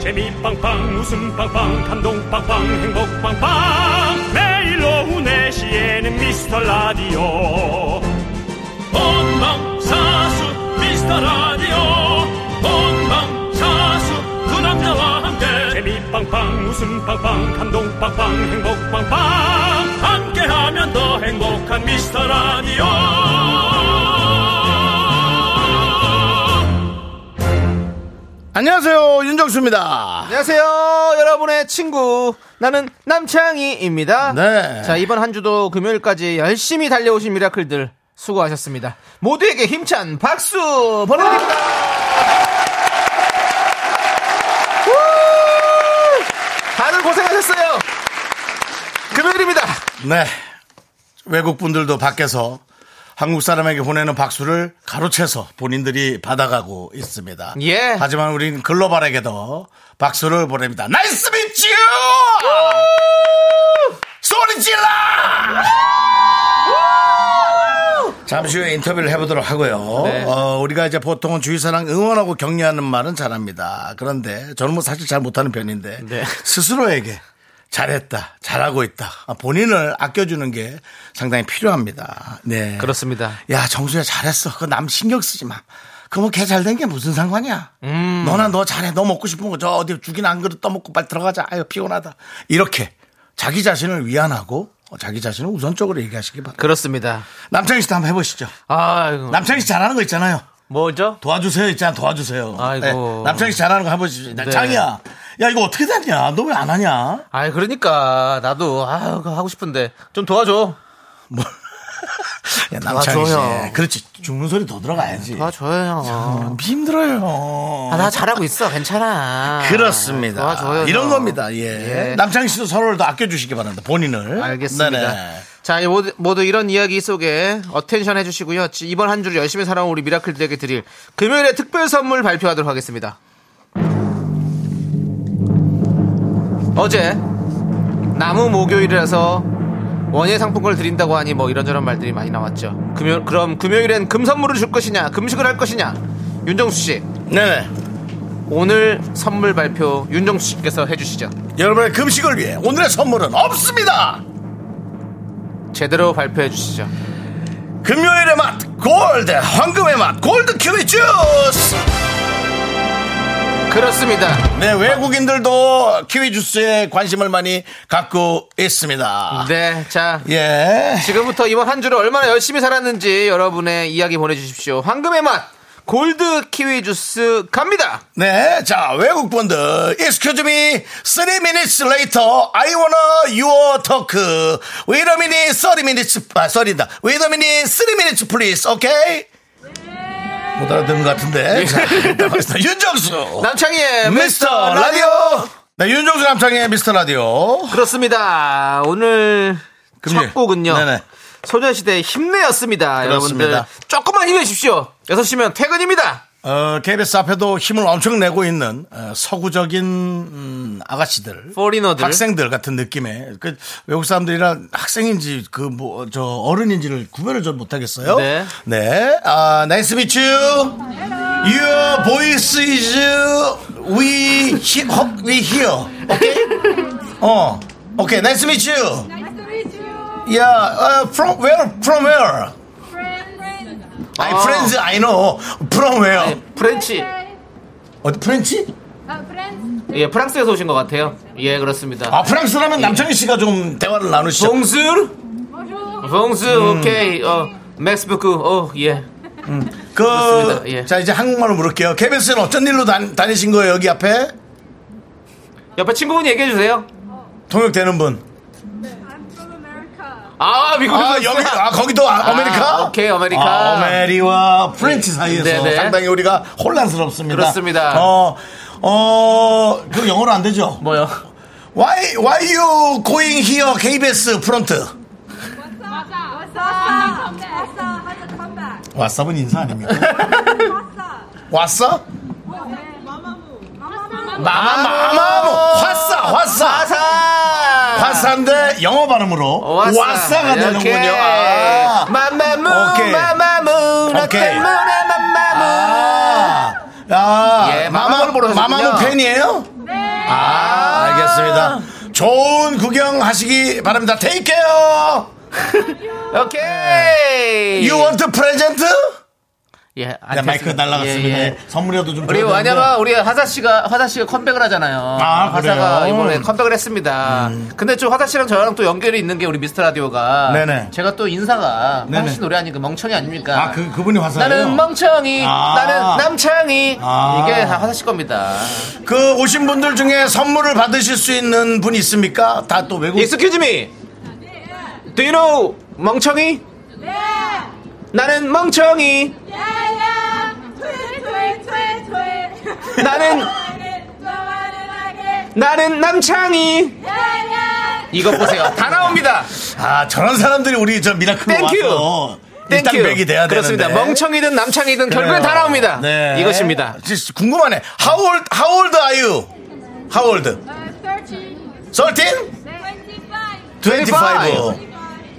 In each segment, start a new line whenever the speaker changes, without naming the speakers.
재미 빵빵 웃음 빵빵 감동 빵빵 행복 빵빵 매일 오후 4시에는 미스터 라디오 본방사수 미스터 라디오 본방사수 그 남자와 함께 재미 빵빵 웃음 빵빵 감동 빵빵 행복 빵빵 함께하면 더 행복한 미스터 라디오
안녕하세요 윤정수입니다.
안녕하세요, 여러분의 친구. 나는 남창희입니다.
네.
자, 이번 한 주도 금요일까지 열심히 달려오신 미라클들 수고하셨습니다. 모두에게 힘찬 박수 보내드립니다. 우! 다들 고생하셨어요. 금요일입니다.
네 외국 분들도 밖에서 한국 사람에게 보내는 박수를 가로채서 본인들이 받아가고 있습니다.
예.
하지만 우린 글로벌에게도 박수를 보냅니다. 나이스 미치유 소리 질러! 잠시 후에 인터뷰를 해보도록 하고요.
네.
어, 우리가 이제 보통은 주위 사람 응원하고 격려하는 말은 잘합니다. 그런데 저는 뭐 사실 잘 못하는 편인데
네.
스스로에게 잘했다, 잘하고 있다, 아, 본인을 아껴주는 게 상당히 필요합니다. 네.
그렇습니다.
야, 정수야 잘했어. 그 남 신경 쓰지 마. 그뭐 걔 잘 된 게 무슨 상관이야?
음.
너나 너 잘해. 너 먹고 싶은 거 저 어디 죽이나 안 그릇 떠먹고 빨리 들어가자. 아유 피곤하다. 이렇게 자기 자신을 위안하고 어, 자기 자신을 우선적으로 얘기하시기 바랍니다.
그렇습니다.
남창희 씨도 한번 해보시죠.
아이고.
남창희 씨 잘하는 거 있잖아요.
뭐죠?
도와주세요 있잖아 도와주세요. 네.
아이고.
남창희 씨 잘하는 거 한번 해보시죠.
네.
장이야. 야 이거 어떻게 되냐? 너 왜 안 하냐?
아이, 그러니까. 나도, 아 하고 싶은데. 좀 도와줘. 뭐.
야, 남창희
도와줘요.
씨. 그렇지. 죽는 소리 더 들어가야지.
도와줘요.
힘들어요.
아, 나 잘하고 있어. 괜찮아.
그렇습니다.
도와줘요.
이런 겁니다. 예.
예.
남창희 씨도 서로를 더 아껴주시기 바랍니다. 본인을.
알겠습니다.
네네.
자, 이 모두, 모두 이런 이야기 속에 어텐션 해주시고요. 지- 이번 한 주를 열심히 살아온 우리 미라클들에게 드릴 금요일에 특별 선물 발표하도록 하겠습니다. 어제 나무 목요일이라서 원예 상품권을 드린다고 하니 뭐 이런저런 말들이 많이 나왔죠. 금요, 그럼 금요일엔 금 선물을 줄 것이냐, 금식을 할 것이냐. 윤정수 씨,
네네.
오늘 선물 발표 윤정수 씨께서 해주시죠.
여러분의 금식을 위해 오늘의 선물은 없습니다.
제대로 발표해 주시죠.
금요일의 맛 골드 황금의 맛 골드 키위 주스
그렇습니다.
네 외국인들도 키위 주스에 관심을 많이 갖고 있습니다
네, 자
예
지금부터 이번 한 주를 얼마나 열심히 살았는지 여러분의 이야기 보내주십시오. 황금의 맛 골드 키위 주스 갑니다.
네, 자, 외국분들, excuse me, three minutes later, I wanna your talk. Wait a minute, thirty minutes, 아, 썰이다. Wait a minute, three minutes, please, okay? 못 알아듣는 것 같은데. 자, 일단 가겠습니다. 윤정수! 네.
남창희의
미스터 라디오! 네, 윤정수 남창의 미스터 라디오.
그렇습니다. 오늘
금요일.
첫 곡은요.
네네.
소녀시대 힘내였습니다. 여러분들
그렇습니다.
조금만 힘내십시오. 6시면 퇴근입니다.
어, KBS 앞에도 힘을 엄청 내고 있는 어, 서구적인 음, 아가씨들,
포리너들.
학생들 같은 느낌의 그 외국 사람들이라 학생인지 그 뭐 저 어른인지를 구별을 좀 못하겠어요.
네.
네. 아, nice to meet you. Your voice is uh, we he, we hear. Okay. 어, okay. Nice to meet you.
Nice to meet you,
Yeah. Uh, from where? From where?
friend.
My
아.
friends, I know. From where?
네, 프렌치.
어디 프렌치?
Uh, friends.
예, 프랑스에서 오신 것 같아요. 예, 그렇습니다.
아 프랑스라면 남창희 씨가 좀 대화를 나누시죠.
봉수,
Bonjour.
봉수,
음.
오케이. 어, 맥스부크, 어, 예.
그,
그렇습니다. 예.
자, 이제 한국말로 물을게요. KBS는 어쩐 일로 다, 다니신 거예요, 여기 앞에?
옆에 친구분 얘기해 주세요.
통역되는 분.
I'm from America.
아 미국에서
아,
오셨구나.
여기, 아, 거기도 아,
아,
아메리카?
오케이, 아메리카.
아, 아메리와 프렌치 사이에서
네, 네.
상당히 우리가 혼란스럽습니다.
그렇습니다.
어, 어, 그 영어로 안 되죠?
뭐요?
Why, why you going here, KBS 프론트?
What's up? What's up? How's the comeback? What's up? How's the comeback?
왓썹은 인사 아닙니까?
What's up?
왓썹?
Mamamoo. Mamamoo.
마마, 마마모. 화싸, 화싸. 아.
화사.
화싸인데 영어 발음으로
예,
와싸가 아, 되는군요. 아.
마마무
오케이.
마마무 나
오케이.
때문에 마마무.
아, 아
예,
마마,
마마무를 보러
마마무
오셨군요.
팬이에요?
네.
아, 알겠습니다. 좋은 구경 하시기 바랍니다. 테이크요.
오케이.
You want present?
예,
네, 마이크 날라갔습니다.
예, 예.
예. 선물이라도 좀
우리
줘야
왜냐면 우리 화사 씨가 화사 씨가 컴백을 하잖아요.
아,
화사가
그래요? 음.
이번에 컴백을 했습니다. 근데 좀 화사 씨랑 저랑 또 연결이 있는 게 우리 미스터 라디오가
네네. 제가
제가 또 인사가
네네.
화사 씨 노래하니 그 멍청이 아닙니까?
아, 그, 그분이 화사예요?
나는 멍청이,
아.
나는 남창이
아.
이게 다 화사 씨 겁니다.
그 오신 분들 중에 선물을 받으실 수 있는 분이 있습니까? 다 또 외국.
Excuse me. Do you know 멍청이? 나는 멍청이, 나는 나는 남창이. 이거 보세요. 다 나옵니다.
아, 저런 사람들이 우리 저 미라클로
Thank you.
와서 일단
땡큐.
백이 돼야
그렇습니다.
되는데.
멍청이든 남창이든 결국엔
그래요.
다 나옵니다.
네.
이것입니다.
진짜 궁금하네. How old, how old are you? How old? 13? 25.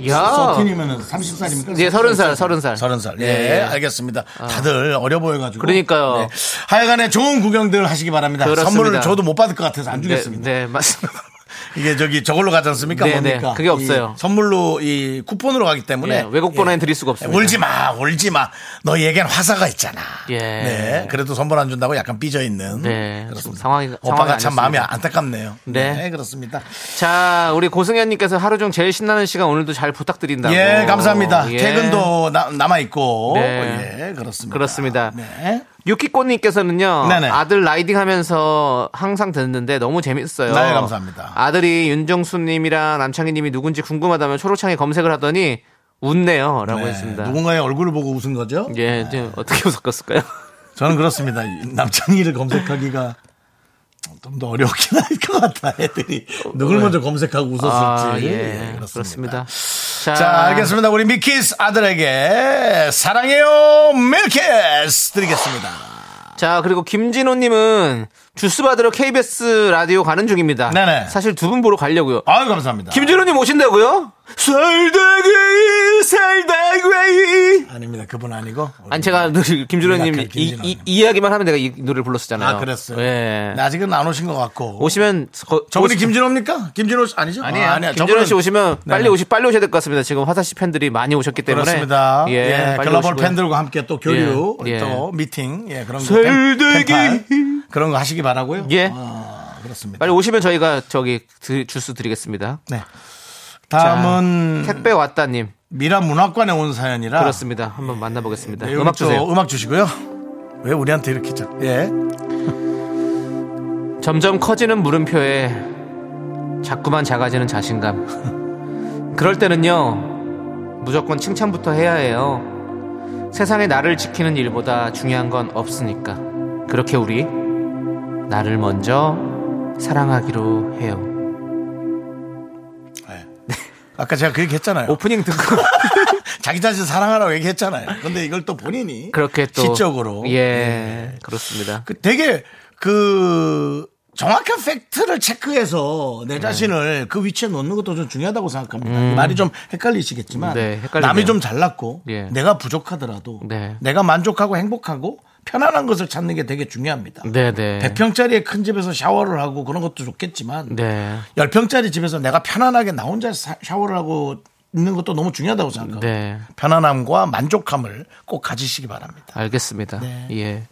야.
서틴이면 30살입니까?
예, 서른 살, 서른 살.
어. 서른 살. 예,
예.
알겠습니다. 다들 어려 보여가지고. 네.
그러니까요.
하여간에 좋은 구경들 하시기 바랍니다.
그렇습니다.
선물을 저도 못 받을 것 같아서 안
네,
주겠습니다.
네, 맞습니다.
이게 저기 저걸로 가지 않습니까?
네, 네.
뭡니까?
그게 없어요.
이 선물로 이 쿠폰으로 가기 때문에 네,
예, 외국 번호엔 드릴 수가 없습니다.
울지 마, 울지 마. 너희에겐 화사가 있잖아.
예.
네. 그래도 선물 안 준다고 약간 삐져 있는.
네, 지금
그렇습니다.
상황이- 상황이
오빠가
안
참
좋습니다.
마음이 안타깝네요.
네.
그렇습니다.
자, 우리 고승현님께서 하루 중 제일 신나는 시간 오늘도 잘 부탁드린다고.
예, 감사합니다.
예.
퇴근도 나- 남아 있고.
네.
예, 그렇습니다.
그렇습니다.
네.
유키꽃님께서는요
네네.
아들 라이딩하면서 항상 듣는데 너무 재밌어요.
네, 감사합니다.
아들이 윤정수님이랑 남창희님이 누군지 궁금하다면 초록창에 검색을 하더니 웃네요라고
네,
했습니다.
누군가의 얼굴을 보고 웃은 거죠?
예, 이제 어떻게 웃었을까요?
저는 그렇습니다. 남창희를 검색하기가 좀 더 어렵긴 할 것 같아. 애들이 누굴 먼저 검색하고 웃었을지.
아,
예,
예, 그렇습니다. 자,
자, 알겠습니다. 우리 미키스 아들에게 사랑해요, 밀키스 드리겠습니다.
자, 그리고 김진호님은 주스 받으러 KBS 라디오 가는 중입니다.
네네.
사실 두 분 보러 가려고요.
아유, 감사합니다.
김진호님 오신다고요? 살다가이 살다가이
아닙니다. 그분 아니고.
아니 제가 늘 김준호님 이,
미라클 김준호님.
이, 이 이야기만 하면 내가 이 노래를 불렀었잖아요.
아, 그랬어요.
예.
아직은 안 오신 것 같고.
오시면 거,
저분이
오시-
김진호입니까? 김진호 씨 아니죠?
아니에요.
아, 아니야.
김준호 씨 오시면
네.
빨리 오시 빨리 오셔야 될 것 같습니다. 지금 화사 씨 팬들이 많이 오셨기 때문에
그렇습니다.
예,
예,
빨리
글로벌
오시고요.
팬들과 함께 또 교류,
예, 예.
또 미팅, 예, 그런 거.
설득이-
팬팔 그런 거 하시기 바라고요.
예.
아, 그렇습니다.
빨리 오시면 저희가 저기 드- 주스 드리겠습니다.
네.
자,
다음은
택배 왔다님
미라 문학관에 온 사연이라
그렇습니다. 한번 만나보겠습니다.
네,
음악
또
주세요.
음악 주시고요. 왜 우리한테 이렇게 자? 예.
점점 커지는 물음표에 자꾸만 작아지는 자신감. 그럴 때는요, 무조건 칭찬부터 해야 해요. 세상에 나를 지키는 일보다 중요한 건 없으니까. 그렇게 우리 나를 먼저 사랑하기로 해요.
아까 제가 그 얘기했잖아요.
오프닝 듣고
자기 자신 사랑하라고 얘기했잖아요. 근데 이걸 또 본인이
그렇게 또
시적으로
예, 그렇습니다.
그 되게 그 정확한 팩트를 체크해서
네.
내 자신을 그 위치에 놓는 것도 좀 중요하다고 생각합니다. 말이 좀 헷갈리시겠지만
음. 네, 헷갈리네요.
남이 좀 잘났고
예.
내가 부족하더라도
네.
내가 만족하고 행복하고 편안한 것을 찾는 게 되게 중요합니다.
네, 네.
100평짜리의 큰 집에서 샤워를 하고 그런 것도 좋겠지만
네.
10평짜리 집에서 내가 편안하게 나 혼자 사- 샤워를 하고 있는 것도 너무 중요하다고 생각합니다.
네.
편안함과 만족함을 꼭 가지시기 바랍니다.
알겠습니다.
네.
예.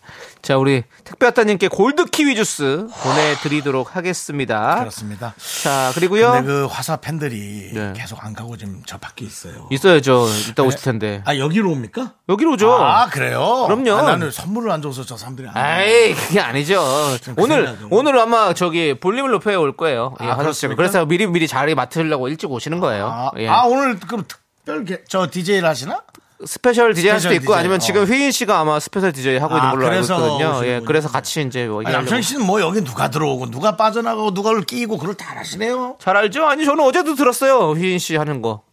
자, 우리 택배 아따님께 골드 키위 주스 보내드리도록 하겠습니다.
그렇습니다.
자, 그리고요.
근데 그 화사 팬들이
네.
계속 안 가고 지금 저 밖에 있어요.
있어야죠. 이따 오실 텐데.
그 아 여기로 옵니까?
여기로 오죠.
아 그래요?
그럼요.
아, 나는 선물을 안 줘서 저 사람들이 안 와요.
아이, 그게 아니죠.
그
오늘,
생각은.
오늘 아마 저기 볼륨을 높여 올 거예요. 예, 화석 씨.
아, 그렇습니까?
그래서 미리 미리 자리 맡으려고 일찍 오시는 거예요.
아,
예.
아, 오늘 그럼 특별 게, 저 DJ를 하시나?
스페셜 DJ 할 수도
스페셜
있고
DJ.
아니면 지금
어.
휘인 씨가 아마 스페셜 DJ 하고
아,
있는 걸로 알고
그래서
있거든요. 예,
오시는군요.
그래서 같이 이제 뭐
아니,
얘기하려고.
남창희 씨는 뭐 여기 누가 들어오고 누가 빠져나가고 누가를 끼고 그걸 다 하시네요.
잘 알죠? 아니 저는 어제도 들었어요. 휘인 씨 하는 거.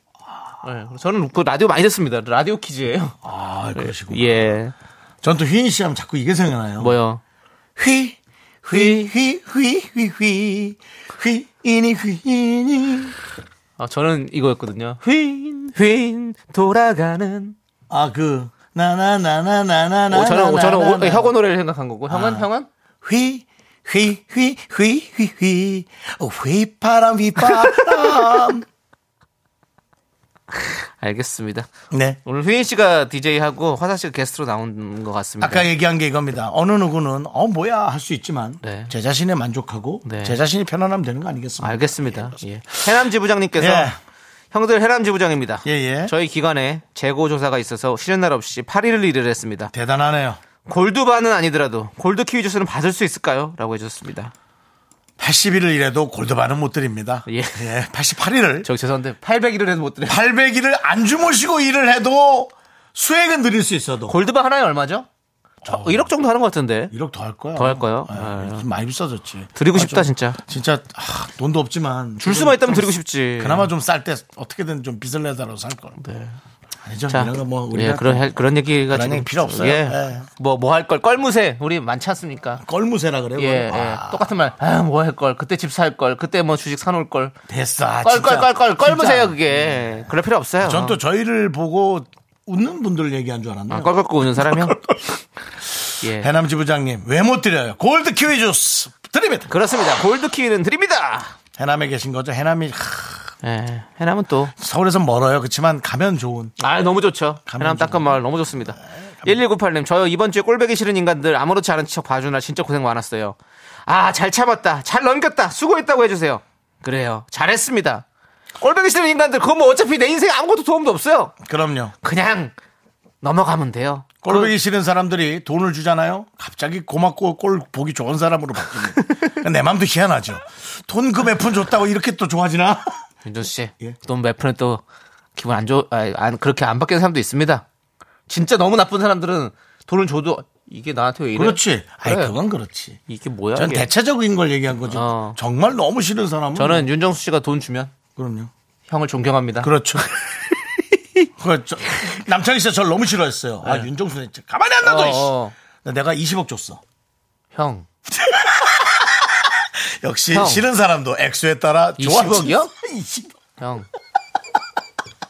예, 저는 그 라디오 많이 듣습니다. 라디오 퀴즈예요.
아 그러시고.
예.
전 또 휘인 씨 하면 자꾸 이게 생각나요.
뭐요?
휘, 휘, 휘, 휘, 휘, 휘, 휘인이 휘인이.
아, 저는 이거였거든요. 휘인 휘인 돌아가는
아, 그, 나나나나나나나. 어,
아. 오, 저는 저는 오, 혁오 노래를 생각한 거고 형은 형은
휘, 휘, 휘, 휘, 휘, 휘. 어, 휘파람, 휘파람.
알겠습니다.
네.
오늘 휘인 씨가 DJ 하고 화사 씨가 게스트로 나온 것 같습니다.
아까 얘기한 게 이겁니다. 어느 누구는 어 뭐야 할 수 있지만
네.
제 자신에 만족하고
네.
제 자신이 편안하면 되는 거 아니겠습니까?
알겠습니다. 예. 해남 지부장님께서
예.
형들 해남 지부장입니다.
예, 예.
저희 기관에 재고 조사가 있어서 쉬는 날 없이 8일을 일을 했습니다.
대단하네요.
골드바는 아니더라도 골드 키위 주스는 받을 수 있을까요? 라고 해주셨습니다.
80일을 일해도 골드바는 못 드립니다.
예.
88일을
저 죄송한데 800일을 해도 못 드려요.
800일을 안 주무시고 일을 해도 수익은 드릴 수 있어도
골드바 하나에 얼마죠? 저 1억 어, 정도 하는 것 같은데.
1억 더 할 거야.
더할 거예요?
예,
예.
좀 많이 비싸졌지.
드리고
아,
싶다,
좀-
진짜.
진짜 아, 돈도 없지만
줄 수만 있다면 드리고 싶지.
그나마 좀 쌀 때 어떻게든 좀 빚을 내다라고 살 걸. 네. 아니죠.
자,
이런 거뭐
예,
우리가
그런 할- 그런 얘기가
그런
지금
얘기 필요 없어요. 예.
뭐뭐 할 걸 껄무새 우리 많지 않습니까?
껄무새라 그래요.
예,
그걸.
예.
아,
똑같은 말. 아, 뭐 할 걸. 그때 집 살 걸. 그때 뭐 주식 사놓을 걸.
됐어. 아, 진짜.
껄껄껄껄 껄무새요
진짜. 음.
그게. 그럴 필요 없어요.
전 또 저희를 보고 웃는 분들 얘기한 줄 알았네요.
아, 껄껄껄 우는 사람이요. 예.
해남 지부장님 왜 못 드려요? 골드 키위 주스 드립니다.
그렇습니다. 골드 키위는 드립니다.
해남에 계신 거죠? 해남이 하,
예. 해남은 또
서울에서 멀어요. 그렇지만 가면 좋은.
아, 너무 좋죠.
가면
해남 따끔 마을 너무
아,
좋습니다. 1198님, 저요 이번 주에 꼴배기 싫은 인간들 아무렇지 않은 척 봐주나 진짜 고생 많았어요. 아, 잘 참았다. 잘 넘겼다. 수고했다고 해주세요. 그래요. 잘했습니다. 꼴배기 싫은 인간들, 그거 뭐 어차피 내 인생에 아무것도 도움도 없어요.
그럼요.
그냥 넘어가면 돼요.
꼴보기 싫은 사람들이 돈을 주잖아요. 갑자기 고맙고 꼴 보기 좋은 사람으로 바뀌는. 내 맘도 희한하죠. 돈 그 몇 푼 줬다고 이렇게 또 좋아지나?
윤준 씨,
예.
또몇 푼에 또 기분 안 좋, 아, 안, 그렇게 안 바뀌는 사람도 있습니다. 진짜 너무 나쁜 사람들은 돈을 줘도 이게 나한테 왜 이래?
그렇지. 아이
그래.
그건 그렇지.
이게 뭐야?
전
이게.
대체적인 걸 얘기한 거죠.
어.
정말 너무 싫은 사람은
저는 윤정수 씨가 돈 주면
그럼요.
형을 존경합니다.
그렇죠. 그렇죠. 남창희 씨가 저를 너무 싫어했어요. 아, 윤종수 진짜 가만히 안 놔둬,
네. 어,
이씨.
어.
근데 내가 20억 줬어.
형.
역시
형.
싫은 사람도 액수에 따라 좋아.
20억 이요?
20억.
형.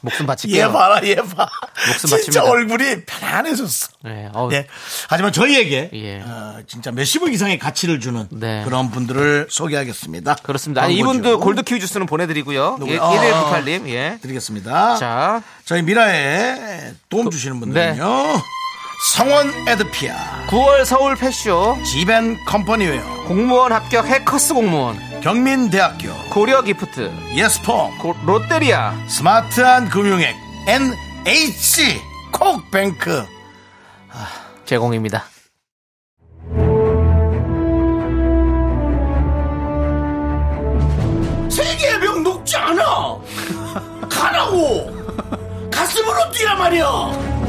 목숨
얘
바칠게요.
봐라, 얘 봐.
목숨
진짜
바칩니다.
얼굴이 편안해졌어.
네, 어,
네. 하지만 저희에게
예.
어, 진짜 몇십억 이상의 가치를 주는
네.
그런 분들을 소개하겠습니다.
그렇습니다. 아니,
광고주
이분도 골드 키위 주스는 보내드리고요.
누구요?
예, 1198님, 예.
드리겠습니다.
자,
저희 미라에 도움 네. 주시는 분들은요. 성원 에드피아,
9월 서울 패쇼,
지벤 컴퍼니웨어,
공무원 합격 해커스 공무원,
경민대학교,
고려 기프트,
예스폼,
고- 롯데리아,
스마트한 금융액, NH, 콕뱅크,
제공입니다.
세계의 병 녹지 않아. 가라고. 가슴으로 뛰란 말이야.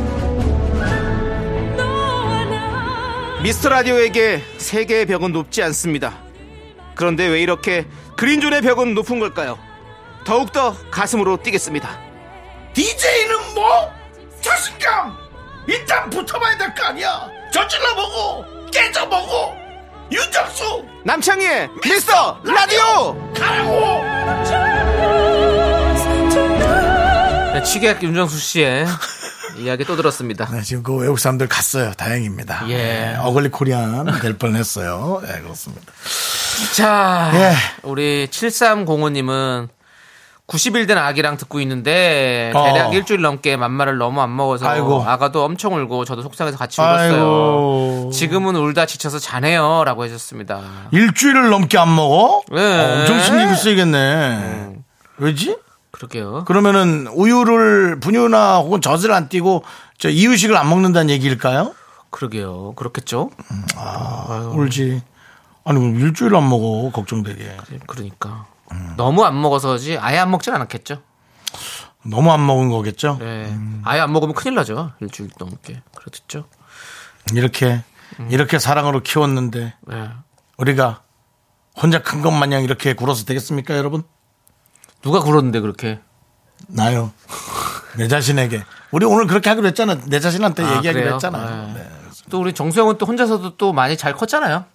미스터 라디오에게 세계의 벽은 높지 않습니다. 그런데 왜 이렇게 그린존의 벽은 높은 걸까요? 더욱더 가슴으로 뛰겠습니다.
DJ는 뭐? 자신감. 일단 붙어봐야 될 거 아니야. 저질러보고 깨져보고 윤정수
남창희의 미스터 라디오!
가라고.
네, 취객 윤정수 씨의 이야기 또 들었습니다.
네, 지금 그 외국 사람들 갔어요. 다행입니다.
예.
네, 어글리 코리안 될 뻔했어요. 네, 그렇습니다.
자,
예.
우리 7305님은 90일 된 아기랑 듣고 있는데
어.
대략 일주일 넘게 맘마를 너무 안 먹어서
아이고.
아가도 엄청 울고 저도 속상해서 같이 울었어요.
아이고.
지금은 울다 지쳐서 자네요. 라고 해줬습니다.
일주일을 넘게 안 먹어?
예.
어, 엄청 신경이 쓰이겠네. 음. 왜지?
그러게요.
그러면은 우유를 분유나 혹은 젖을 안 띄고 저 이유식을 안 먹는다는 얘기일까요?
그러게요. 그렇겠죠?
울지. 아니 그럼 일주일 안 먹어 걱정되게.
그러니까. 너무 안 먹어서지 아예 안 먹진 않았겠죠?
너무 안 먹은 거겠죠?
네.
음.
아예 안 먹으면 큰일 나죠. 일주일 넘게. 그렇겠죠?
이렇게
음.
이렇게 사랑으로 키웠는데
네.
우리가 혼자 큰 것 마냥 이렇게 굴어서 되겠습니까, 여러분?
누가 굴었는데 그렇게?
나요. 내 자신에게. 우리 오늘 그렇게 하기로 했잖아. 내 자신한테
아,
얘기하기로
그래요?
했잖아요.
네.
네.
또 우리 정수영은 또 혼자서도 또 많이 잘 컸잖아요.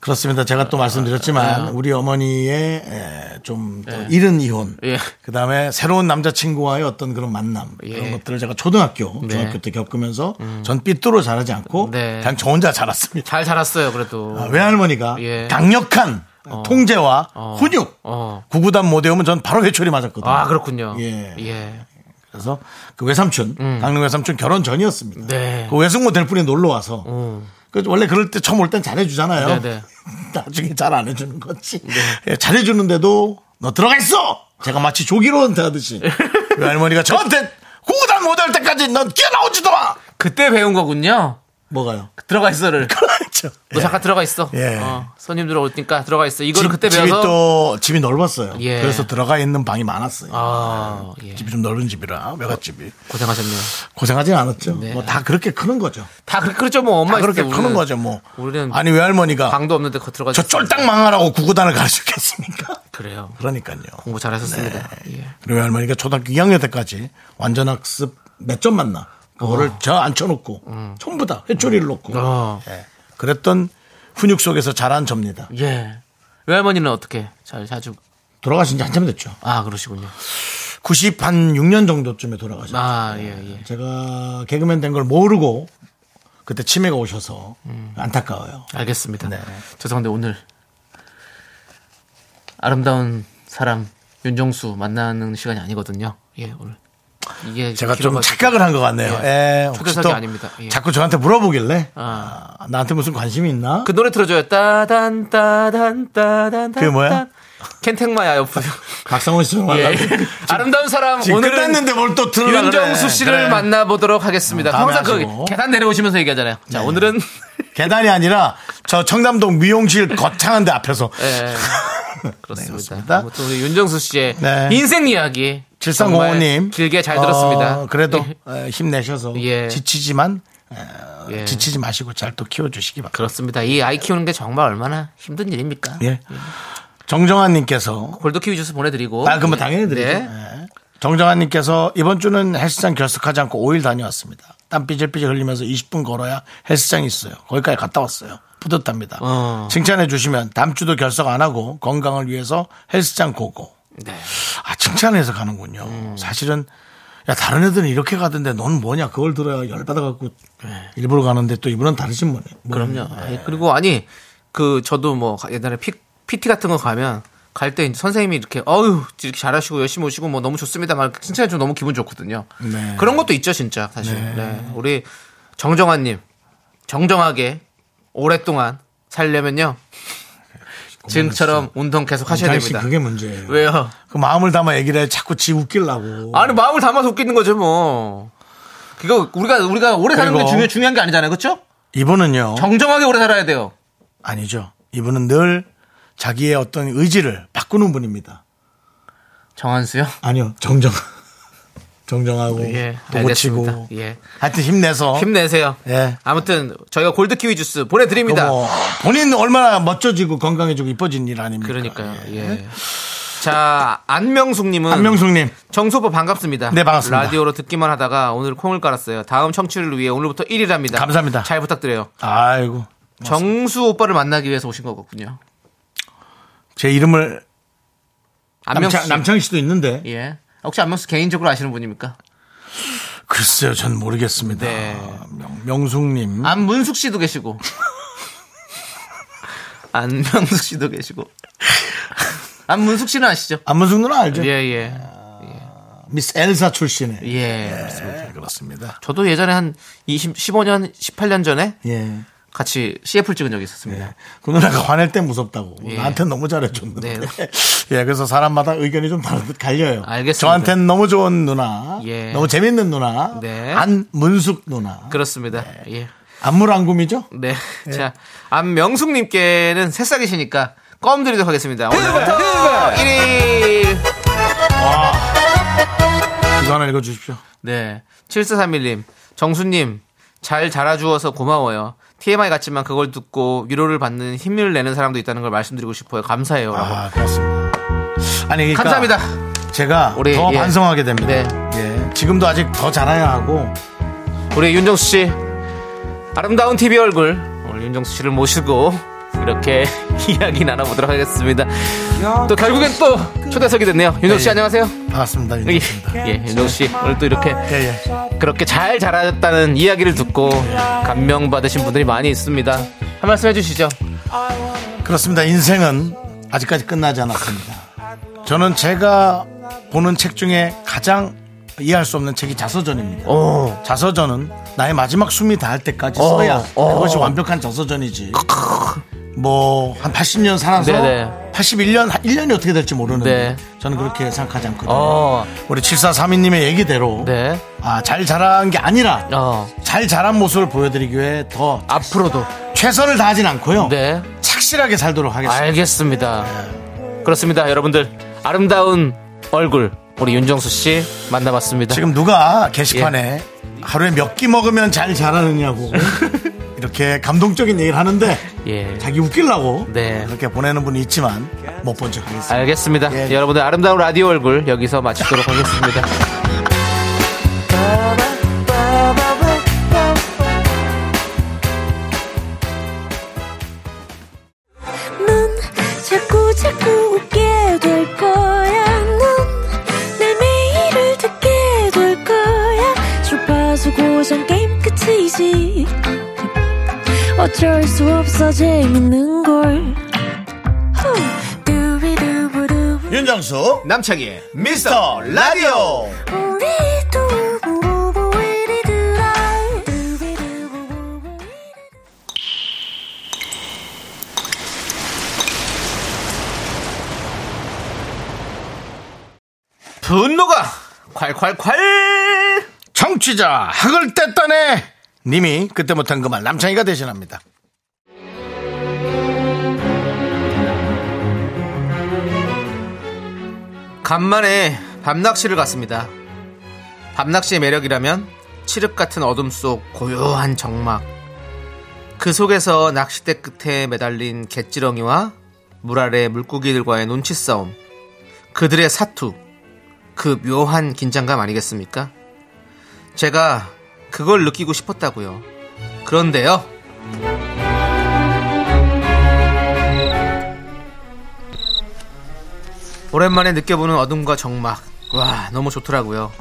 그렇습니다. 제가 또
아.
말씀드렸지만 우리 어머니의 예, 좀또 이른 이혼,
예.
그 다음에 새로운 남자친구와의 어떤 그런 만남
예.
그런 것들을 제가 초등학교,
네. 음.
중학교 때 겪으면서 전 삐뚤어 자라지 않고
네.
그냥 저 혼자 자랐습니다.
잘 자랐어요, 그래도.
아, 외할머니가
예.
강력한 통제와
어.
훈육,
어.
구구단 못 외우면 전 바로 회초리 맞았거든요.
아, 그렇군요.
예.
예.
그래서 그 외삼촌, 강릉 외삼촌 결혼 전이었습니다.
음. 네.
그 외숙모 될 분이 놀러 와서
음.
그 원래 그럴 때 처음 올 땐 잘해주잖아요.
네네. 네.
나중에 잘 안 해주는 거지. 예, 잘해주는데도 너 들어가 있어. 제가 마치 조기로한테 하듯이 그 외할머니가 저한테 구단 못할 때까지 넌 뛰어나오지도 마.
그때 배운 거군요.
뭐가요?
들어가 있어를.
그렇죠.
너 잠깐 들어가 있어.
예.
어, 손님 들어오니까 들어가 있어. 이거를 뭐 그때
집이
배워서.
또 집이 넓었어요.
예.
그래서 들어가 있는 방이 많았어요.
아, 예.
집이 좀 넓은 집이라 외갓집이
고생하셨네요.
고생하진 않았죠.
네.
뭐 다 그렇게 크는 거죠.
다 그- 그렇죠, 뭐 엄마
다 아, 그렇게
있을 때
크는
우리는
거죠. 뭐
우리는
아니 외할머니가
방도 없는데 거 들어가.
저 쫄딱 망하라고 구구단을 가르쳤겠습니까?
그래요.
그러니까요.
공부 잘하셨습니다. 예.
그리고 외할머니가 초등학교 2학년 때까지 완전 학습 몇 점 맞나 그거를
아.
저 앉혀놓고
음.
전부 다 회초리를 놓고
어.
예. 그랬던 훈육 속에서 자란 접니다.
예. 외할머니는 어떻게 잘 자주
돌아가신 지 한참 됐죠.
아 그러시군요.
90한 6년 정도쯤에 돌아가셨죠.
아 예 예.
제가 개그맨 된 걸 모르고 그때 치매가 오셔서
음.
안타까워요.
알겠습니다.
네.
죄송한데 오늘 아름다운 사람 윤정수 만나는 시간이 아니거든요. 예 오늘 이게
제가 좀
길어가지고.
착각을 한 것 같네요.
예.
예, 혹시
초대석이
또
아닙니다. 예.
자꾸 저한테 물어보길래
아.
아, 나한테 무슨 관심이 있나?
그 노래 틀어줘요. 따단 따단 따단.
그게 뭐야?
따단. 켄택마야 옆으로.
박상원 씨좀
예.
말라고.
아름다운 사람
지금
오늘은
끝났는데 뭘 또 틀어?
윤정수 씨를 만나보도록 하겠습니다.
음, 다음에
항상 그
하시고.
계단 내려오시면서 얘기하잖아요. 자
네.
오늘은
계단이 아니라 저 청담동 미용실 거창한 데 앞에서
예. 그렇습니다.
그렇습니다.
아무튼 우리 윤정수 씨의
네.
인생 이야기 정말
7305님
길게 잘 들었습니다.
어, 그래도
예.
어, 힘내셔서
예.
지치지만
예.
지치지 마시고 잘 또 키워주시기 바랍니다.
그렇습니다. 이 아이 키우는 게 정말 얼마나 힘든 일입니까?
예. 정정환님께서
골드 키위 주스 보내드리고.
아, 그뭐 당연히 드리죠.
네.
예. 정정환님께서 이번 주는 헬스장 결석하지 않고 5일 다녀왔습니다. 땀 삐질삐질 흘리면서 20분 걸어야 헬스장이 있어요. 거기까지 갔다 왔어요. 뿌듯합니다.
어.
칭찬해 주시면 다음 주도 결석 안 하고 건강을 위해서 헬스장 고고.
네.
아 칭찬해서 가는군요.
음.
사실은 야 다른 애들은 이렇게 가던데 넌 뭐냐 그걸 들어야 열 받아갖고 일부러 가는데 또 이분은 다르신 뭐, 분이.
네. 그럼요.
음, 네.
아니, 그리고 아니 그 저도 뭐 옛날에 피, PT 같은 거 가면 갈 때 이제 선생님이 이렇게 어유 이렇게 잘하시고 열심히 오시고 뭐 너무 좋습니다 막 칭찬해 주면 너무 기분 좋거든요.
네.
그런 것도 있죠 진짜 사실. 네. 우리 정정환님 정정하게 오랫동안 살려면요 지금처럼 운동 계속 하셔야
당신
됩니다.
그게 문제예요.
왜요?
그 마음을 담아 얘기를 해 자꾸 지 웃길라고.
아니 마음을 담아서 웃기는 거죠 뭐. 그거 우리가 우리가 오래 사는 게
그리고- 어?
중요 중요한 게 아니잖아요, 그렇죠?
이분은요.
정정하게 오래 살아야 돼요.
아니죠. 이분은 늘 자기의 어떤 의지를 바꾸는 분입니다.
정한수요?
아니요. 정정. 정정하고
예,
또 고치고.
알겠습니다. 예.
하여튼 힘내서.
힘내세요.
어? 예.
아무튼 저희가 골드 키위 주스
그
보내드립니다.
뭐 본인 얼마나 멋져지고 건강해지고 이뻐진 일 아닙니까?
그러니까요. 예. 자 안명숙님은
안명숙님.
정수 오빠 반갑습니다.
네, 반갑습니다.
라디오로 듣기만 하다가 오늘 콩을 깔았어요. 다음 청취를 위해 오늘부터 1위랍니다.
감사합니다.
잘 부탁드려요.
아이고.
정수 오빠를 만나기 위해서 오신 거군요.
제 이름을
안명숙 씨.
남창, 남창희 씨도 있는데.
예. 혹시 안명숙 개인적으로 아시는 분입니까?
글쎄요. 전 모르겠습니다.
네.
명, 명숙님.
안문숙 씨도 계시고 안명숙 씨도 계시고 안문숙 씨는 아시죠?
안문숙 누나 알죠?
예 예.
미스 엘사 출신의.
예.
네, 그렇습니다.
저도 예전에 한 20, 15년, 18년 전에
예.
같이 CF를 찍은 적이 있었습니다.
그 누나가 화낼 때 무섭다고.
예.
나한테 너무 잘해줬는데.
네.
예, 그래서 사람마다 의견이 좀 다르 갈려요.
알겠습니다.
저한테는 너무 좋은 누나,
예.
너무 재밌는 누나,
네.
안문숙 누나,
그렇습니다. 예.
안물안굼이죠?
네. 자, 안명숙님께는 새싹이시니까 껌 드리도록 하겠습니다. 오늘부터 1위!
이거 하나 읽어주십시오.
네. 7431님, 정수님, 잘 자라주어서 고마워요. TMI 같지만 그걸 듣고 위로를 받는 힘을 내는 사람도 있다는 걸 말씀드리고 싶어요. 감사해요. 라고.
아, 그렇습니다. 아니, 그러니까
감사합니다.
제가
우리,
더
예.
반성하게 됩니다.
네.
예. 지금도 아직 더 잘해야 하고,
우리 윤정수 씨 아름다운 TV 얼굴 오늘 윤정수 씨를 모시고 이렇게 이야기 나눠보도록 하겠습니다. 또 결국엔 또 초대석이 됐네요. 윤정 씨
예.
안녕하세요.
반갑습니다.
예,
윤정수.
예, 윤정 씨 오늘 또 이렇게
예, 예.
그렇게 잘 자라셨다는 이야기를 듣고 감명 받으신 분들이 많이 있습니다. 한 말씀 해주시죠.
그렇습니다. 인생은 아직까지 끝나지 않았습니다. 저는 제가 보는 책 중에 가장 이해할 수 없는 책이 자서전입니다.
오,
자서전은 나의 마지막 숨이 닿을 때까지 써야
어,
그것이 완벽한 자서전이지. 뭐 한 80년 살아서
네네.
81년 1년이 어떻게 될지 모르는데
네.
저는 그렇게 생각하지 않거든요.
어,
우리 7432님의 얘기대로
네,
아, 잘 자란 게 아니라
어,
잘 자란 모습을 보여드리기 위해 더
앞으로도
최선을 다하진 않고요.
네,
착실하게 살도록 하겠습니다.
어. 알겠습니다. 그렇습니다, 여러분들 아름다운 얼굴 우리 윤정수 씨 만나봤습니다.
지금 누가
예.
게시판에 하루에 몇 끼 먹으면 잘 자라느냐고 이렇게 감동적인 얘기를 하는데
예.
자기 웃기려고
네.
그렇게 보내는 분이 있지만 못 본 척 하겠습니다.
알겠습니다.
예.
여러분들 아름다운 라디오 얼굴 여기서 마치도록 하겠습니다.
넌 자꾸 자꾸 웃게 될 거야. 넌내 매일을 듣게 될 거야. 주파수 고정 게임 끝이지. 어쩔 수 없어 재밌는 걸. 후. 두비두부두.
윤정수
남창희
미스터 라디오
우리 두부부부 우리 두라. 두비두부부부 우리 두라.
분노가 콸콸콸
정취자 학을 뗐다네 님이 그때 못한 그 말 남창희가 대신합니다.
간만에 밤낚시를 갔습니다. 밤낚시의 매력이라면 칠흑 같은 어둠 속 고요한 정막. 그 속에서 낚싯대 끝에 매달린 갯지렁이와 물 아래 물고기들과의 눈치 싸움. 그들의 사투. 그 묘한 긴장감 아니겠습니까? 제가 그걸 느끼고 싶었다고요. 그런데요. 오랜만에 느껴보는 어둠과 정막. 와, 너무 좋더라고요.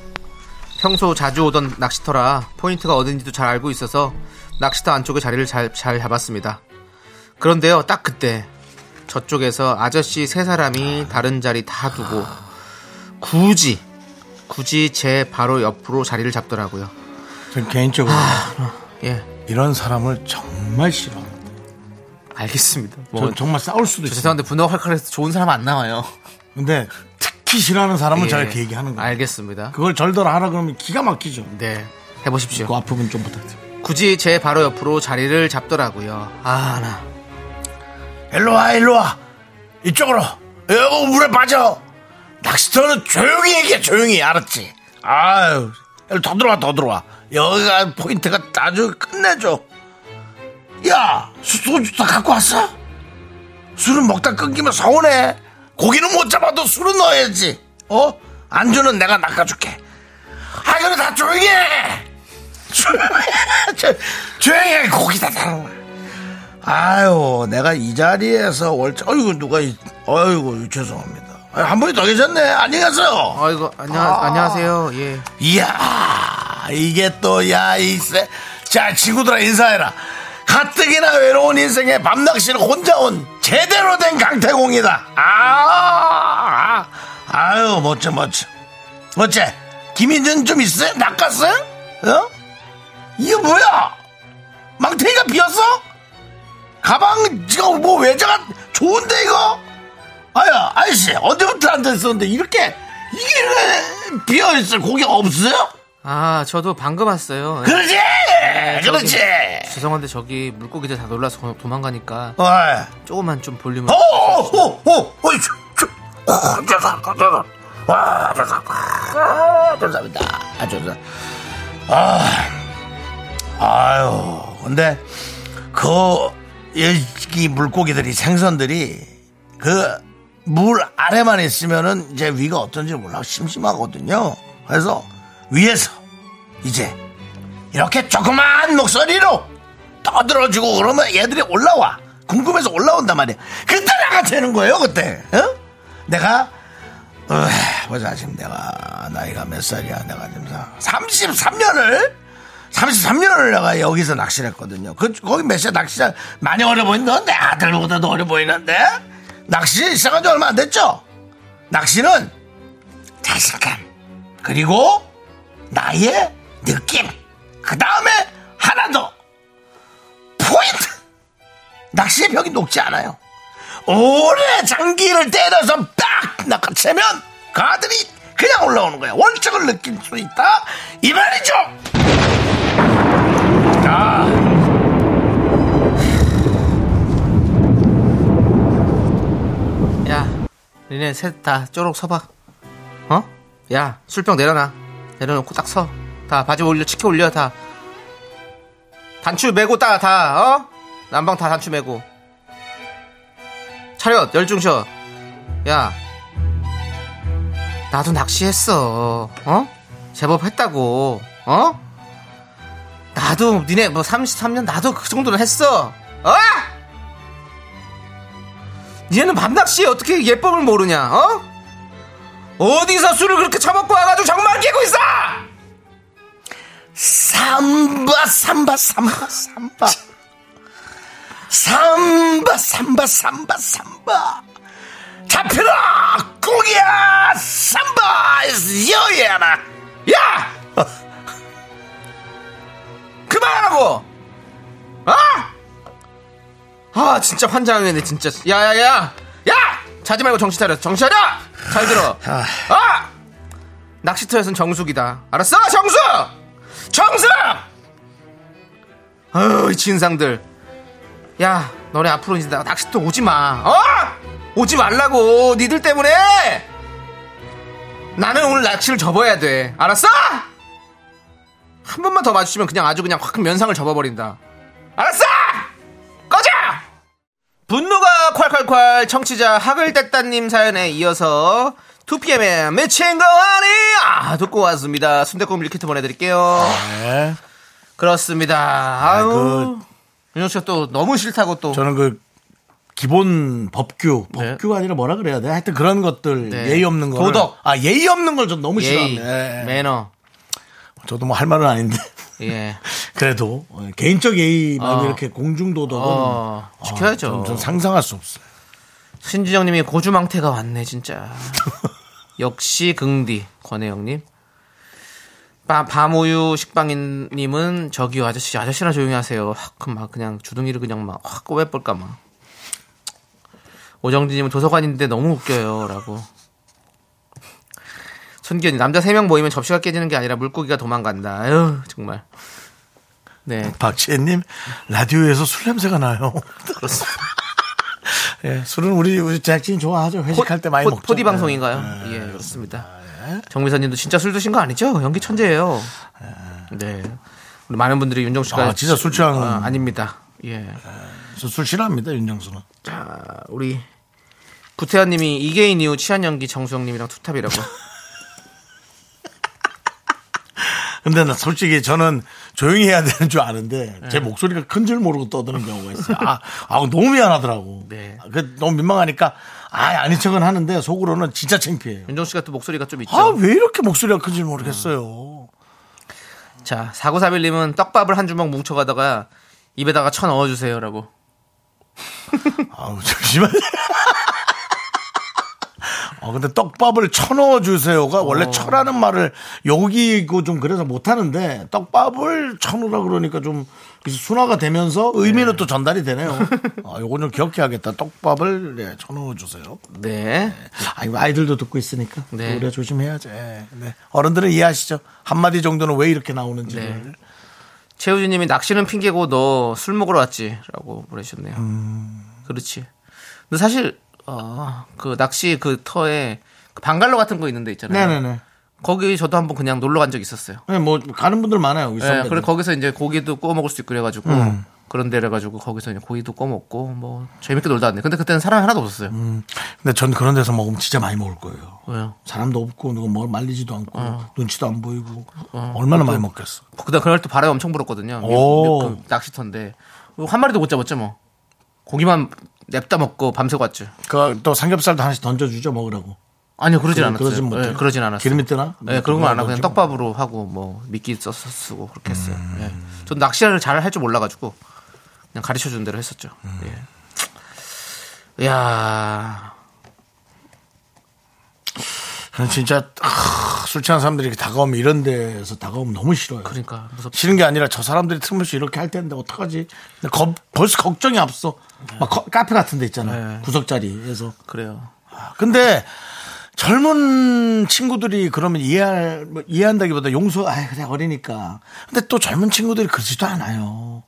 평소 자주 오던 낚시터라 포인트가 어딘지도 잘 알고 있어서 낚시터 안쪽에 자리를 잘, 잘 잡았습니다. 그런데요, 딱 그때 저쪽에서 아저씨 세 사람이 다른 자리 다 두고 굳이 굳이 제 바로 옆으로 자리를 잡더라고요.
전 개인적으로
예,
이런 사람을 정말 싫어합니다.
알겠습니다. 뭐,
전 정말 싸울 수도
저
있어요.
죄송한데 분노가 칼칼해서 좋은 사람 안 나와요.
근데 특히 싫어하는 사람은
예,
제가 이렇게 얘기하는 거예요.
알겠습니다.
그걸 절대로 하라 그러면 기가 막히죠.
네, 해보십시오.
그 앞부분 좀 부탁드립니다.
굳이 제 바로 옆으로 자리를 잡더라고요. 아, 나.
일로 와, 일로 와. 이쪽으로. 여 물에 빠져. 낚시터는 조용히 얘기해, 조용히. 알았지? 아유, 일로 더 들어와, 더 들어와. 여기가 포인트가 아주 끝내줘. 야, 수- 소주 다 갖고 왔어? 술은 먹다 끊기면 서운해. 고기는 못 잡아도 술은 넣어야지. 어? 안주는 내가 낚아줄게. 아, 그래, 다 조용히 해! 조용히 해! 조- 조용히 해! 고기 다 달아. 아유, 내가 이 자리에서 월차, 어이구, 누가, 이, 어이구, 죄송합니다. 아유, 한 분이 더 계셨네. 안녕히 가세요.
아이고 안녕 안녕하세요. 예.
이야, 이게 또, 야, 이 세. 자, 친구들아, 인사해라. 가뜩이나 외로운 인생에 밤낚시를 혼자 온 제대로 된 강태공이다. 아, 아, 아유, 멋져, 멋져. 어째, 김인준 좀 있어? 낚았어? 어? 이게 뭐야? 망태기가 비었어? 가방 지금 뭐 외자가 좋은데 이거? 아야 아저씨 언제부터 앉아 있었는데 이렇게 이게 비어 있어 고기 없어요?
아 저도 방금 왔어요. 예.
그렇지
저기-
그렇지.
죄송한데 저기 물고기들 다 놀라서 도- 도망가니까
어이.
조금만 좀 볼륨을.
어? 오오오오오 아, 죄송합니다 아, 죄송합니다 와, 죄송합니다. 죄송합니다 아 죄송 아 아유 근데 그, 그이 물고기들이 생선들이 그 물 아래만 있으면은 이제 위가 어떤지 몰라 심심하거든요 그래서 위에서 이제 이렇게 조그만 목소리로 떠들어주고 그러면 얘들이 올라와. 궁금해서 올라온단 말이야. 그때 나가 되는 거예요, 그때. 어? 내가 어, 보자 지금 내가 나이가 몇 살이야? 내가 지금 33년을 33년을 내가 여기서 낚시를 했거든요. 그 거기 몇 살 낚시자 많이 어려 보이는데 내 아들보다도 어려 보이는데 낚시 시작한 지 얼마 안 됐죠? 낚시는 자신감 그리고 나의 느낌 그 다음에 하나 더 포인트 낚시의 벽이 녹지 않아요 오래 장기를 때려서 빡 낚아채면 가들이 그냥 올라오는 거야 원칙을 느낄 수 있다 이 말이죠 자
야, 니네 셋 다 쪼록 서봐. 어? 야, 술병 내려놔. 내려놓고 딱 서. 다 바지 올려, 치켜 올려, 다. 단추 메고 다, 다, 어? 난방 다 단추 메고. 차렷, 열중 쉬어. 야, 나도 낚시했어. 어? 제법 했다고. 어? 나도, 니네 뭐 33년 나도 그 정도는 했어. 어? 얘는 밤낚시에 어떻게 예법을 모르냐, 어? 어디서 술을 그렇게 처먹고 와가지고 정말 깨고 있어!
삼바 삼바 삼바 삼바 삼바 삼바 삼바 삼바 잡혀라 고기야 삼바 여야라
야! 그만하라고! 아! 아, 진짜 환장했네, 진짜. 야, 야, 야! 야! 자지 말고 정신 차려, 정신 차려! 잘 들어. 아! 낚시터에선 정숙이다. 알았어? 정숙! 정숙! 아유, 이 진상들. 야, 너네 앞으로 이제 나 낚시터 오지 마. 어? 오지 말라고. 니들 때문에! 나는 오늘 낚시를 접어야 돼. 알았어? 한 번만 더 마주치면 그냥 아주 그냥 확 면상을 접어버린다. 알았어! 꺼져! 분노가 콸콸콸 청취자 하글대따님 사연에 이어서 2PM의 미친 거 아니야! 듣고 왔습니다. 순대국 밀키트 보내드릴게요.
네.
그렇습니다. 아유. 윤정 씨가 또 너무 싫다고 또.
그 저는 그 기본 법규, 법규가 아니라 뭐라 그래야 돼? 하여튼 그런 것들
네.
예의 없는 거
도덕.
아 예의 없는 걸 좀 너무
예의, 네.
싫어합니다. 예.
매너.
저도 뭐 할 말은 아닌데
예.
그래도 어, 개인적 예의 말고
어.
이렇게 공중 도덕은
어, 지켜야죠.
좀, 좀 상상할 수 없어요.
신지영님이 고주망태가 왔네 진짜. 역시 긍디 권혜영님. 바, 밤우유 식빵님은 저기요 아저씨 아저씨나 조용히 하세요. 확막 그냥 주둥이를 그냥 막확 꼬매볼까 막. 오정진님은 도서관인데 너무 웃겨요라고. 손기현이 남자 3명 모이면 접시가 깨지는 게 아니라 물고기가 도망간다. 아유 정말. 네
박지혜님 라디오에서 술 냄새가 나요.
그렇습니다.
예, 술은 우리 우리 제작진 이 좋아하죠. 회식할 때 많이
포-
먹죠. 아,
포디
예.
방송인가요? 예, 그렇습니다. 정미선님도 진짜 술 드신 거 아니죠? 연기 천재예요. 네. 우리 많은 분들이 윤정 씨가
아, 진짜 술 취한
아, 아닙니다. 예.
저술 싫어합니다 윤정수는.
자, 우리 구태환님이 이계인 이후 치안 연기 정수영님이랑 투탑이라고.
근데 나 솔직히 저는 조용히 해야 되는 줄 아는데
네.
제 목소리가 큰 줄 모르고 떠드는 경우가 있어요. 아, 아 너무 미안하더라고.
네.
아, 그 너무 민망하니까 아 아닌 척은 하는데 속으로는 진짜 창피해요.
윤정 씨가 또 목소리가 좀 있죠.
아 왜 이렇게 목소리가 큰 줄 모르겠어요.
자, 4941님은 떡밥을 한 주먹 뭉쳐가다가 입에다가 쳐 넣어주세요라고.
아우 잠시만. 아 근데 떡밥을 쳐넣어 주세요가 원래 쳐라는 말을 여기고 좀 그래서 못 하는데 떡밥을 쳐넣으라 그러니까 좀 그래서 순화가 되면서 의미는 또 전달이 되네요. 아 요건 좀 기억해야겠다. 떡밥을 네, 쳐넣어 주세요.
네.
아 이거 아이들도 듣고 있으니까
네.
우리가 조심해야지. 예, 네. 어른들은 이해하시죠. 한 마디 정도는 왜 이렇게 나오는지.
네. 최우진님이 낚시는 핑계고 너 술 먹으러 왔지라고 보내셨네요.
음.
그렇지. 근데 사실 어, 그 낚시 그 터에 그 방갈로 같은 거 있는데 있잖아요.
네네네.
거기 저도 한번 그냥 놀러 간 적 있었어요.
네, 뭐 가는 분들 많아요. 우리
예,
선배들.
그래 거기서 이제 고기도 구워 먹을 수 있고 그래가지고
음.
그런 데래 가지고 거기서 이제 고기도 구워 먹고 뭐 재밌게 놀다 왔네. 근데 그때는 사람이 하나도 없었어요.
음. 근데 전 그런 데서 먹으면 진짜 많이 먹을 거예요.
왜요?
사람도 없고 누가 뭘 말리지도 않고 눈치도 안 보이고 얼마나 많이 먹겠어.
그다음 그날 또 바람이 엄청 불었거든요.
오.
그 낚시터인데 한 마리도 못 잡았죠 뭐. 고기만 냅다 먹고 밤새 왔죠.
그또 삼겹살도 하나씩 던져주죠 먹으라고.
아니요, 그러진
그러-
않았어요.
그러진 못해요?
예, 그러진 않았어요.
기름이 뜨나? 네,
예, 그런 건 안 하고 그냥
뭐지?
떡밥으로 하고 뭐 미끼 써서 쓰고 그렇게 했어요.
음.
예. 전 낚시를 잘 할 줄 몰라가지고 그냥 가르쳐 준 대로 했었죠.
음.
예. 야
저는 진짜 아, 술 취한 사람들이 이렇게 다가오면 이런 데서 다가오면 너무 싫어요.
그러니까 무섭.
싫은 게 아니라 저 사람들이 틈없이 이렇게 할 텐데 어떡하지? 근데 겁- 벌써 걱정이 앞서. 막 거- 카페 같은 데 있잖아.
네.
구석 자리에서. 아,
그래요.
근데 젊은 친구들이 그러면 이해할 뭐 이해한다기보다 용서 아 그냥 어리니까. 근데 또 젊은 친구들이 그러지도 않아요.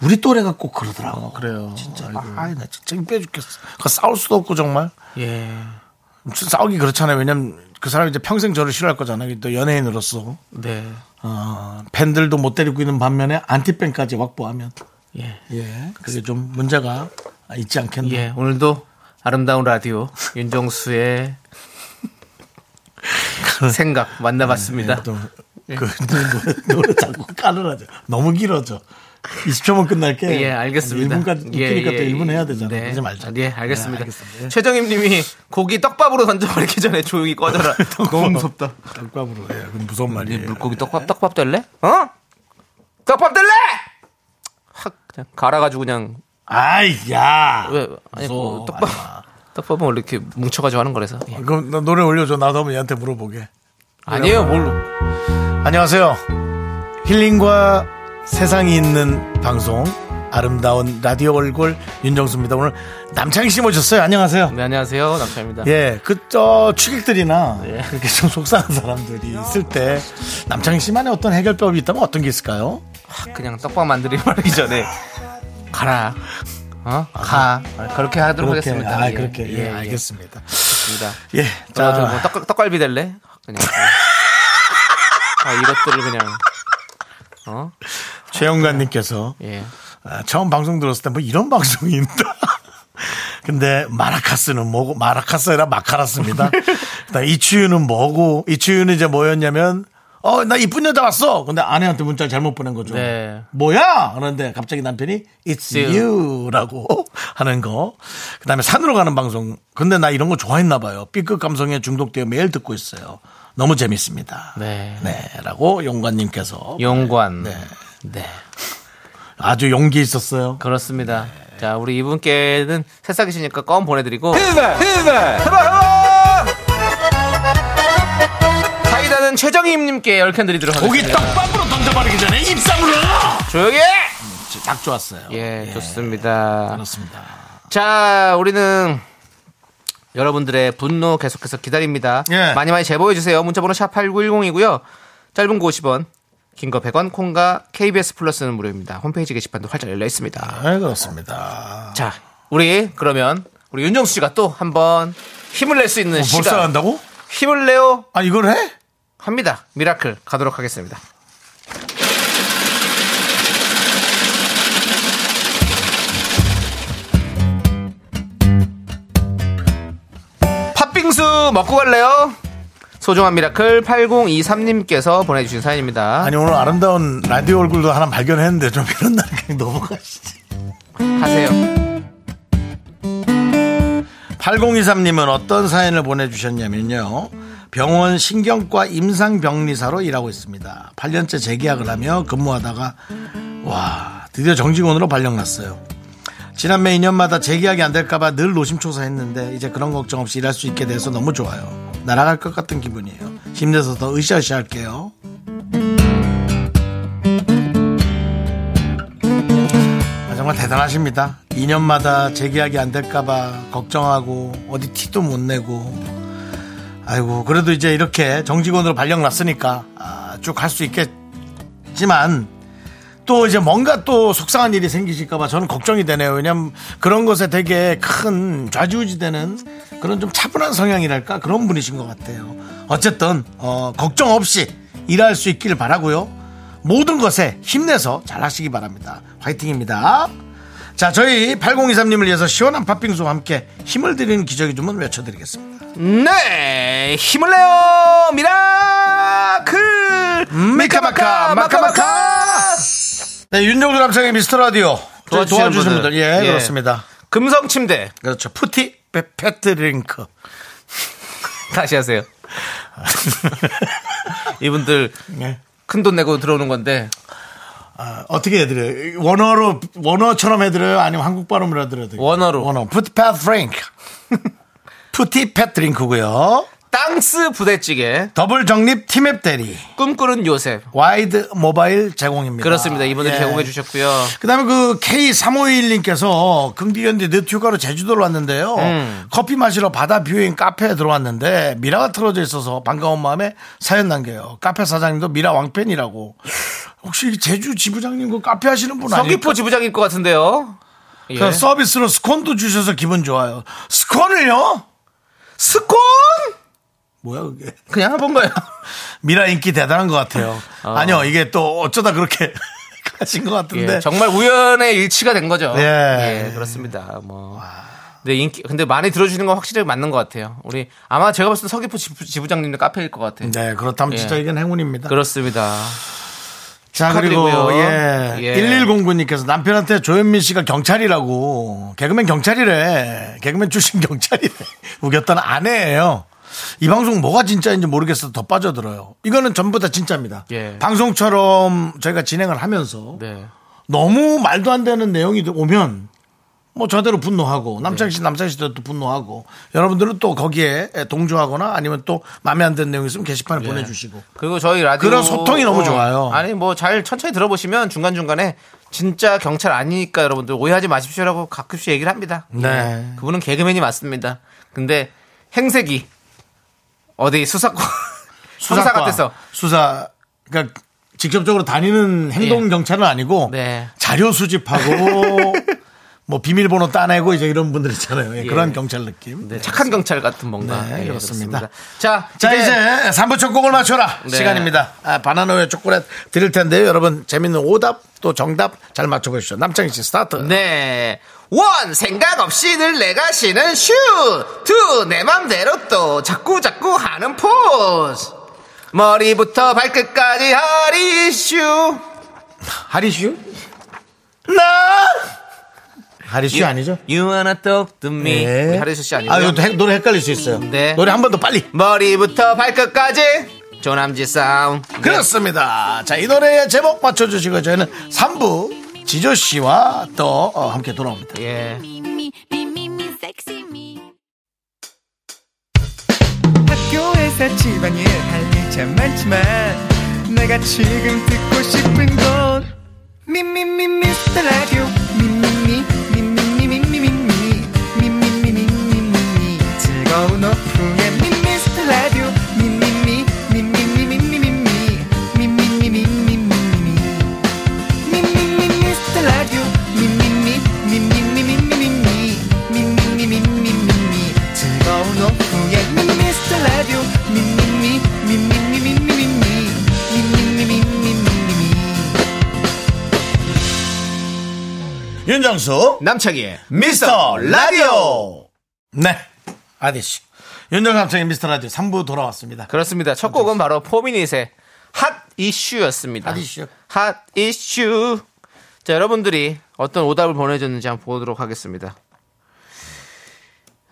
우리 또래가 꼭 그러더라고.
어, 그래요.
진짜. 아이 나 진짜 빼 죽겠어. 그 싸울 수도 없고 정말.
예.
싸우기 그렇잖아요. 왜냐면 그 사람이 이제 평생 저를 싫어할 거잖아요. 또 연예인으로서.
네.
어, 팬들도 못 데리고 있는 반면에 안티팬까지 확보하면
예.
예 그게 좀 문제가 있지 않겠나
예. 오늘도 아름다운 라디오 윤정수의
그
생각 만나봤습니다.
예. 그 노래, 노래 자꾸 까늘하죠 너무 길어져 20초만 끝날게
예, 알겠습니다.
1분까지 웃기니까 또 1분 해야 되잖아
네.
그러지 말자 네,
예, 알겠습니다.
알겠습니다.
최정임 님이 고기 떡밥으로 던져버리기 전에 조용히 꺼져라. 너무 무섭다.
떡밥으로 예 그건 무서운
이
말이에요
물고기 떡밥, 떡밥 될래? 네. 어? 떡밥 될래? 확, 그냥 갈아가지고 그냥,
아이 야
왜, 아니,
무서워.
그 떡밥. 떡밥은 원래 이렇게 뭉쳐가지고 하는 거라서. 예.
그럼 나 노래 올려줘 나도 한번 얘한테 물어보게
아니에요, 뭘로.
안녕하세요. 힐링과 세상이 있는 방송 아름다운 라디오 얼굴 윤정수입니다. 오늘 남창희 씨 모셨어요. 안녕하세요.
네, 네. 안녕하세요. 남편입니다.
예, 그저 취객들이나 그렇게 좀 속상한 사람들이 있을 때 남창희 씨만의 어떤 해결법이 있다면 어떤 게 있을까요?
확, 그냥 떡밥 만들기 말하기 전에. 가라. 어? 가. 그렇게 하도록
그렇게
하겠습니다.
아
예,
그렇게 예,
예,
알겠습니다.
알겠습니다.
예,
그래가지고
자
뭐 떡, 떡갈비 될래? 그냥. 아, 이것들을 그냥. 어?
최영관님께서
예.
아, 처음 방송 들었을 때 뭐 이런 방송이 있다. 근데 마라카스는 뭐고 마라카스 아니라 마카라스입니다. 그다음 이치유는 뭐고 이치유는 이제 뭐였냐면 어 나 이쁜 여자 왔어. 근데 아내한테 문자를 잘못 보낸 거죠.
네.
뭐야? 그런데 갑자기 남편이 It's
you.
you라고 하는 거. 그다음에 산으로 가는 방송. 근데 나 이런 거 좋아했나 봐요. B급 감성에 중독되어 매일 듣고 있어요. 너무 재밌습니다.
네.
라고 용관님께서
용관. 네.
아주 용기 있었어요.
그렇습니다. 자, 우리 이분께는 새싹이시니까 껌 보내드리고. 사이다는 최정희님께 열캔 드리도록
고기
하겠습니다.
떡밥으로 던져버리기 전에 입삼으로
조용히 해!
딱 좋았어요.
예, 좋습니다.
그렇습니다.
자, 우리는 여러분들의 분노 계속해서 기다립니다.
예.
많이 많이 제보해 주세요. 문자번호 샵 8910이고요. 짧은 거 50원, 긴 거 100원, 콩과 KBS 플러스는 무료입니다. 홈페이지 게시판도 활짝 열려 있습니다.
네, 그렇습니다.
자, 우리 그러면 우리 윤정수 씨가 또 한번 힘을 낼 수 있는 시간,
어, 벌써 한다고?
힘을 내요
아 이걸 해?
합니다. 미라클 가도록 하겠습니다. 팥빙수 먹고 갈래요? 소중한 미라클 8023님께서 보내주신 사연입니다.
아니 오늘 아름다운 라디오 얼굴도 하나 발견했는데 좀 이런 날 그냥 넘어가시지.
하세요.
8023님은 어떤 사연을 보내주셨냐면요. 병원 신경과 임상병리사로 일하고 있습니다. 8년째 재계약을 하며 근무하다가 와 드디어 정직원으로 발령났어요. 지난해 2년마다 재계약이 안 될까봐 늘 노심초사했는데 이제 그런 걱정 없이 일할 수 있게 돼서 너무 좋아요. 날아갈 것 같은 기분이에요. 힘내서 더 으쌰으쌰 할게요. 아, 정말 대단하십니다. 2년마다 재계약이 안 될까봐 걱정하고 어디 티도 못 내고 아이고 그래도 이제 이렇게 정직원으로 발령 났으니까 아, 쭉 할 수 있겠지만 또 이제 뭔가 또 속상한 일이 생기실까봐 저는 걱정이 되네요. 왜냐면 그런 것에 되게 큰 좌지우지되는 그런 좀 차분한 성향이랄까 그런 분이신 것 같아요. 어쨌든 어, 걱정 없이 일할 수 있길 바라고요. 모든 것에 힘내서 잘하시기 바랍니다. 화이팅입니다. 자, 저희 8023님을 위해서 시원한 팥빙수와 함께 힘을 드리는 기적의 주문 외쳐드리겠습니다.
네 힘을 내요 미라클
음, 미카마카, 마카마카! 네, 윤종수 남창의 미스터 라디오
도와주시는
도와주시는 분들,
분들.
예,
예.
그렇습니다.
금성 침대.
그렇죠. 푸티 페- 페트링크.
다시 하세요. 이분들
예.
큰 돈 내고 들어오는 건데
아, 어떻게 해드려요? 원어로, 원어처럼 해드려요? 아니면 한국 발음으로 해드려요?
원어로.
원어. 푸티 페트링크. 푸티 페트링크고요
땅스 부대찌개
더블 정립 티맵 대리.
꿈꾸는 요셉.
와이드 모바일 제공입니다.
그렇습니다. 이분들
예.
제공해 주셨고요.
그다음에 그 K351님께서 금디견디 늦 휴가로 제주도로 왔는데요.
음.
커피 마시러 바다 뷰잉 카페에 들어왔는데 미라가 틀어져 있어서 반가운 마음에 사연 남겨요. 카페 사장님도 미라 왕팬이라고. 혹시 제주 지부장님 그 카페 하시는 분 아니에요?
서귀포 지부장일 것 같은데요. 예.
그 서비스로 스콘도 주셔서 기분 좋아요. 스콘을요?
스콘
뭐야 그게?
그냥 본 거예요.
미라 인기 대단한 것 같아요.
어.
아니요 이게 또 어쩌다 그렇게 하신 것 같은데.
예, 정말 우연의 일치가 된 거죠.
네. 예.
예, 그렇습니다. 뭐. 근데 인기, 근데 많이 들어주시는 건 확실히 맞는 것 같아요. 우리 아마 제가 봤을 때 서귀포 지부- 지부장님의 카페일 것 같아요.
네 그렇다면 진짜
예.
이건 행운입니다.
그렇습니다.
자, 그리고,
축하드리고요.
예.
예.
1109님께서 남편한테 조현민 씨가 경찰이라고, 개그맨 경찰이래. 개그맨 출신 경찰이래. 우겼던 아내예요. 이 방송 뭐가 진짜인지 모르겠어서 더 빠져들어요. 이거는 전부 다 진짜입니다.
예.
방송처럼 저희가 진행을 하면서
네.
너무 말도 안 되는 내용이 오면 뭐 저대로 분노하고 남창희 씨 남창희 씨도 또 분노하고 여러분들은 또 거기에 동조하거나 아니면 또 마음에 안 드는 내용이 있으면
예.
게시판에 보내주시고
그리고 저희 라디오 어,
그런 소통이 너무 좋아요.
아니 뭐 잘 천천히 들어보시면 중간 중간에 진짜 경찰 아니니까 여러분들 오해하지 마십시오라고 가끔씩 얘기를 합니다.
네.
예. 그분은 개그맨이 맞습니다. 근데 행색이 어디 수사권 수사
수사과,
같아서
수사 그러니까 직접적으로 다니는 행동
예.
경찰은 아니고
네.
자료 수집하고 뭐 비밀번호 따내고 이제 이런 분들 있잖아요. 예, 그런 경찰 느낌.
네, 착한 경찰 같은 뭔가
네,
예,
그렇습니다.
자,
자
이제
이제 3부 첫 곡을 맞춰라
네.
시간입니다. 아, 바나나우유 초콜릿 드릴 텐데요. 여러분 재밌는 오답 또 정답 잘 맞춰보십시오. 남창희 씨 스타트.
네. 원, 생각 없이 늘 내가 쉬는 슛! 투, 내 맘대로 또 자꾸 자꾸 하는 포즈! 머리부터 발끝까지 하리슈!
하리슈? 나 하리슈 아니죠?
You wanna talk to me.
예.
우리 하리슈 씨 아니고요.
아, 이거 또 헷- 노래 헷갈릴 수 있어요.
네.
노래 한 번 더 빨리.
머리부터 발끝까지 조남지 싸움.
그렇습니다. 자, 이 노래의 제목 맞춰주시고 저희는 3부 지조씨와 또 어, 함께 돌아옵니다.
예.
me, me, me, me, sexy me.
학교에서 집안일 할 일 참 많지만 내가 지금 듣고 싶은 건 미미미 미스터 라디오 미미미 미미미 미미미 미미미 미미미 즐거운 오후에 미스터 라디오 미미미 미미미 미미미 미미미 미미미
윤정수,
남창희의
미스터 라디오! 네. 아디씨. 윤정수 남창의 미스터 라디오 3부 돌아왔습니다.
그렇습니다. 첫 곡은 바로 포미닛의 핫 이슈였습니다.
핫 이슈.
핫 이슈. 자, 여러분들이 어떤 오답을 보내줬는지 한번 보도록 하겠습니다.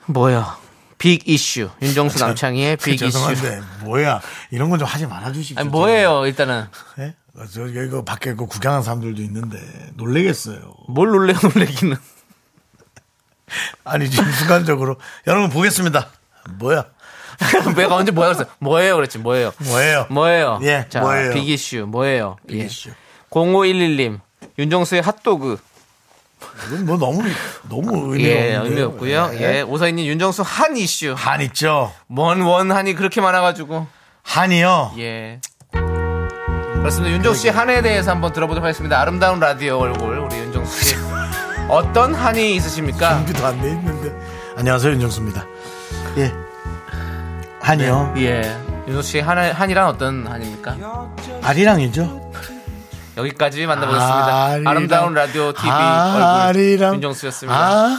뭐야? 빅 이슈. 윤정수 남창희의 빅 이슈.
아, 그 죄송한데, 뭐야. 이런 건 좀 하지 말아주십시오.
아니, 뭐예요, 일단은.
좀. 예? 어, 저, 이거 밖에 그 구경한 사람들도 있는데, 놀래겠어요.
뭘 놀래, 놀래기는.
아니, 지금 순간적으로. 여러분 보겠습니다. 뭐야.
내가 언제 뭐야 그랬어. 뭐예요, 그랬지, 뭐예요.
뭐예요.
뭐예요?
예,
자,
뭐예요?
빅 이슈, 뭐예요? 빅
이슈.
0511님, 윤정수의 핫도그.
이건 뭐 너무, 너무 의미가
예,
없는데요.
의미 없고요. 예, 오사이님, 윤정수 한 이슈.
한 있죠.
먼 원한이 그렇게 많아가지고
한이요.
예 그렇습니다 윤정수 씨 한에 대해서 한번 들어보도록 하겠습니다 아름다운 라디오 얼굴 우리 윤정수 씨 어떤 한이 있으십니까
준비도 예. 안 돼 있는데. 안녕하세요 윤정수입니다. 예. 한이요.
예 윤정수 씨 한, 한이란 어떤 한입니까
아리랑이죠.
여기까지 만나보셨습니다 아름다운 라디오 TV 얼굴
아.
윤정수였습니다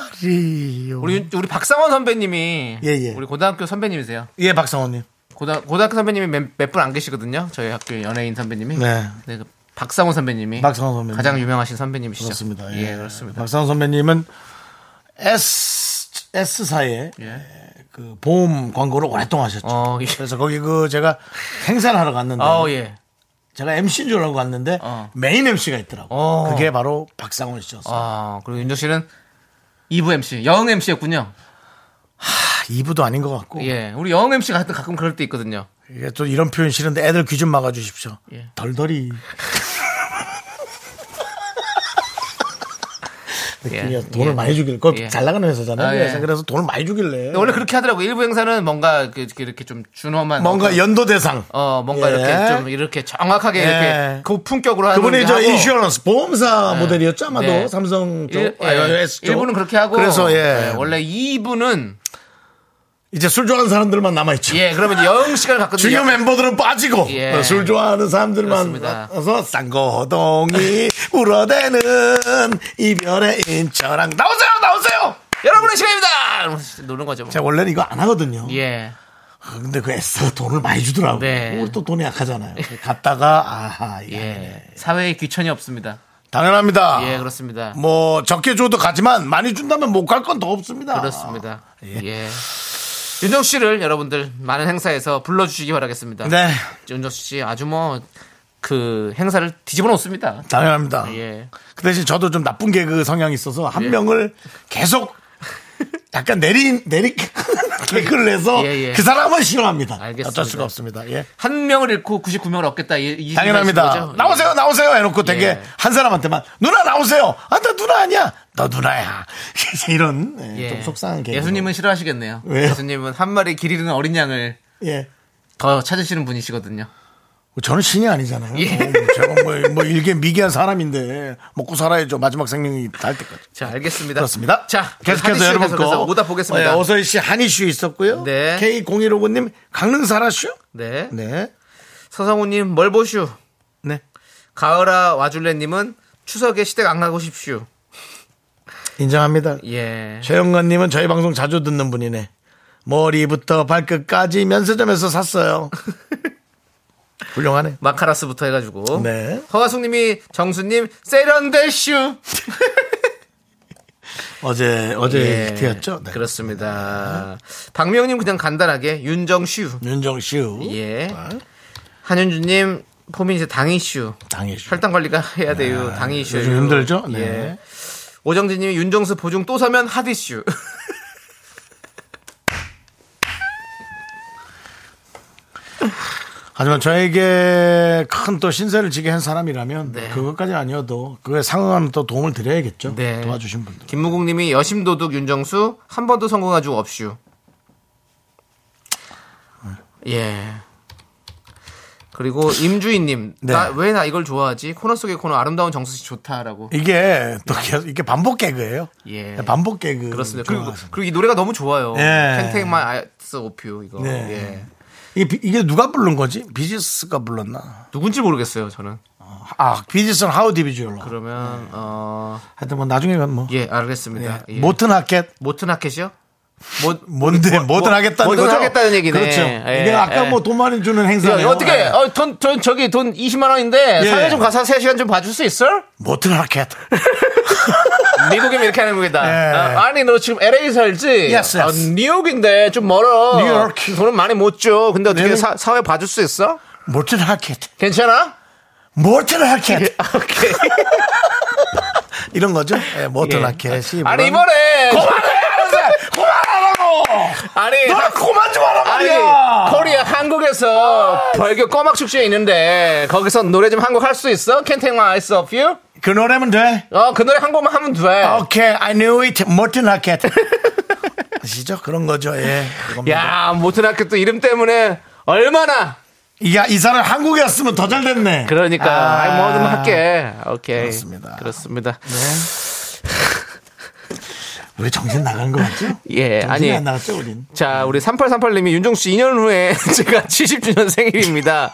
아라리요.
우리 윤- 우리 박상원 선배님이
예, 예.
우리 고등학교 선배님이세요
예 박성호님.
고등 고등학교 선배님이 몇 분 안 계시거든요 저희 학교 연예인 선배님이
네.
네, 그 박상원 선배님이
박상원 선배님.
가장 유명하신 선배님이시죠
그렇습니다.
예, 그렇습니다
박상호 선배님은 S S사의 그 보험 광고를 오랫동안 하셨죠.
예. 어, 예.
그래서 거기 그 제가 행사를 하러 갔는데
아, 예.
제가 MC인 줄 알고 갔는데
어.
메인 MC가 있더라고.
어.
요 그게 바로 박상훈 씨였어. 요
아, 그리고 윤정 씨는 2부 MC, 여흥 MC였군요.
이부도 아닌 것 같고
예. 우리 여흥 MC가 가끔, 가끔 그럴 때 있거든요.
이게 또 이런 표현 싫은데 애들 귀 좀 막아주십시오.
예.
덜덜이. 느낌이야.
예,
돈을
예.
많이 주길 그걸
예.
잘 나가는 회사잖아요.
아, 예.
그래서, 그래서 돈을 많이 주길래
근데 원래 그렇게 하더라고. 일부 행사는 뭔가 이렇게, 이렇게, 이렇게 좀 준엄한.
뭔가
어떤-
연도 대상.
어, 뭔가
예.
이렇게 좀 이렇게 정확하게
예.
이렇게 고품격으로 하는
아, 그분이 저
하고.
인슈런스 보험사
예.
모델이었죠 아마도
네.
삼성 쪽,
일,
아,
예.
S 쪽.
일부는 그렇게 하고
그래서 예.
예, 원래 2부는
이제 술 좋아하는 사람들만 남아 있죠.
예 그러면 여흥 씨가 가끔
주요 멤버들은 빠지고
예.
어, 술 좋아하는 사람들만
그렇습니다.
와서 쌍거동이 울어대는 이별의 인천항 나오세요 나오세요.
여러분의 시간입니다 이러면서 노는 거죠 뭐.
제가 원래는 이거 안 하거든요.
예
아, 근데 그 S가 돈을 많이 주더라고요.
네.
우리 또 돈이 약하잖아요. 갔다가 아하 예. 아,
예. 사회에 귀천이 없습니다.
당연합니다.
예, 그렇습니다.
뭐 적게 줘도 가지만 많이 준다면 못 갈 건 더 없습니다.
그렇습니다.
예.
예. 윤정 씨를 여러분들 많은 행사에서 불러주시기 바라겠습니다.
네,
윤정 씨 아주 뭐 그 행사를 뒤집어 놓습니다.
당연합니다.
예.
그 대신 저도 좀 나쁜 개그 성향이 있어서 한 명을 계속 약간 내리 내리 개그를 해서
예, 예.
그 사람은 싫어합니다.
알겠습니다.
어쩔 수가 없습니다. 예.
한 명을 잃고 99명을 얻겠다. 이, 이
당연합니다.
말씀이죠?
나오세요, 나오세요 해놓고 되게
예.
한 사람한테만 누나 나오세요. 아, 나 누나 아니야. 너 누나야. 이런 예, 좀 속상한 개그.
예수님은 싫어하시겠네요.
왜요?
예수님은 한 마리 길 잃은 어린 양을
예. 뭐
더 찾으시는 분이시거든요.
저는 신이 아니잖아요.
예.
어, 제가 뭐, 뭐 일개 미개한 사람인데 먹고 살아야죠. 마지막 생명이 닿을 때까지.
자, 알겠습니다.
그렇습니다.
네. 자,
계속해서
한희 씨
여러분
계속해서
거
오답 보겠습니다.
어, 예, 어서희 씨 한이슈 있었고요.
네.
K0159님 강릉 살아슈.
네.
네.
서성우님 뭘 보슈?
네.
가을아 와줄래님은 추석에 시댁 안 가고 싶슈.
인정합니다.
예.
최영건님은 저희 방송 자주 듣는 분이네. 머리부터 발끝까지 면세점에서 샀어요. 훌륭하네.
마카라스부터 해가지고.
네.
허화숙님이 정수님 세련될슈.
어제 어제 예, 히트였죠. 네.
그렇습니다. 예. 박명님 그냥 간단하게 윤정슈.
윤정씨우
예. 한윤주님 포민 이제 당이슈.
당이슈.
혈당 관리가 해야 돼요. 당이 이슈.
요즘 힘들죠? 네.
예. 오정진님이 윤정수 보증 또 사면 핫 이슈.
하지만 저에게 큰 또 신세를 지게 한 사람이라면
네.
그것까지는 아니어도 그에 상응하면 또 도움을 드려야겠죠.
네.
도와주신 분들.
김무국님이 여심도둑 윤정수 한 번도 성공한 적 없슈. 예. 그리고 임주인님
네.
나 왜 나 이걸 좋아하지 코너 속의 코너 아름다운 정수 씨
음,
좋다라고.
이게 또 계속- 이게 반복 개그예요. 네,
예.
반복 개그.
그렇습니다. 그리고, 그리고 이 노래가 너무 좋아요.
예.
탱탱 마이 아이스 오피오 이거.
네.
예.
이게, 비- 이게 누가 부른 거지? 비지스가 불렀나?
누군지 모르겠어요 저는.
아, 비지스는 하우 디비주얼로.
그러면 어.
하여튼 뭐 나중에 는 뭐.
예 알겠습니다. 예.
모튼 하켓.
모튼 하켓이요? 모
뭔데 뭐든 하겠다는
뭐든
거죠?
하겠다는 얘기네.
그렇죠.
예,
이게 아까
예.
뭐 돈 많이 주는 예. 행사.
야, 어떻게? 어, 돈, 돈, 저기 돈 20만 원인데
예.
사회 좀 가서 3시간 좀 봐줄 수 있어?
모튼 하켓.
미국이면 이렇게 하는 거다.
예.
아, 아니 너 지금 LA 살지?
Yes, yes.
아, 뉴욕인데 좀 멀어.
뉴욕.
돈은 많이 못 줘. 근데 어떻게
네.
사, 사회 봐줄 수 있어?
모튼 하켓.
괜찮아?
모튼 하켓.
예, 오케이.
이런 거죠? 예, 모튼
예.
하켓이.
아니
물론-
이번에
그만해! 그만하라고!
아니
너 예, 그만 좀 하란
아니
말이야!
코리아 한국에서 벌교 꼬막 축제 있는데 거기서 노래 좀 한 곡 할 수 있어? Can't take my eyes off you?
그 노래면 돼?
어 그 노래 한 곡만 하면 돼.
오케이, I knew it. 모튼 하켓. 아시죠? 그런 거죠, 예. 야.
야, 모트나크 또 이름 때문에 얼마나.
야, 이 사람 한국에 왔으면 더 잘 됐네.
그러니까. 아, 이 뭐든 할게. 오케이.
그렇습니다. 네.
그렇습니다.
우리 정신 나간 거 맞죠?
예,
정신이
아니.
안 나갔죠, 우린?
자, 우리 3838님이 윤정수 2년 후에 제가 70주년 생일입니다.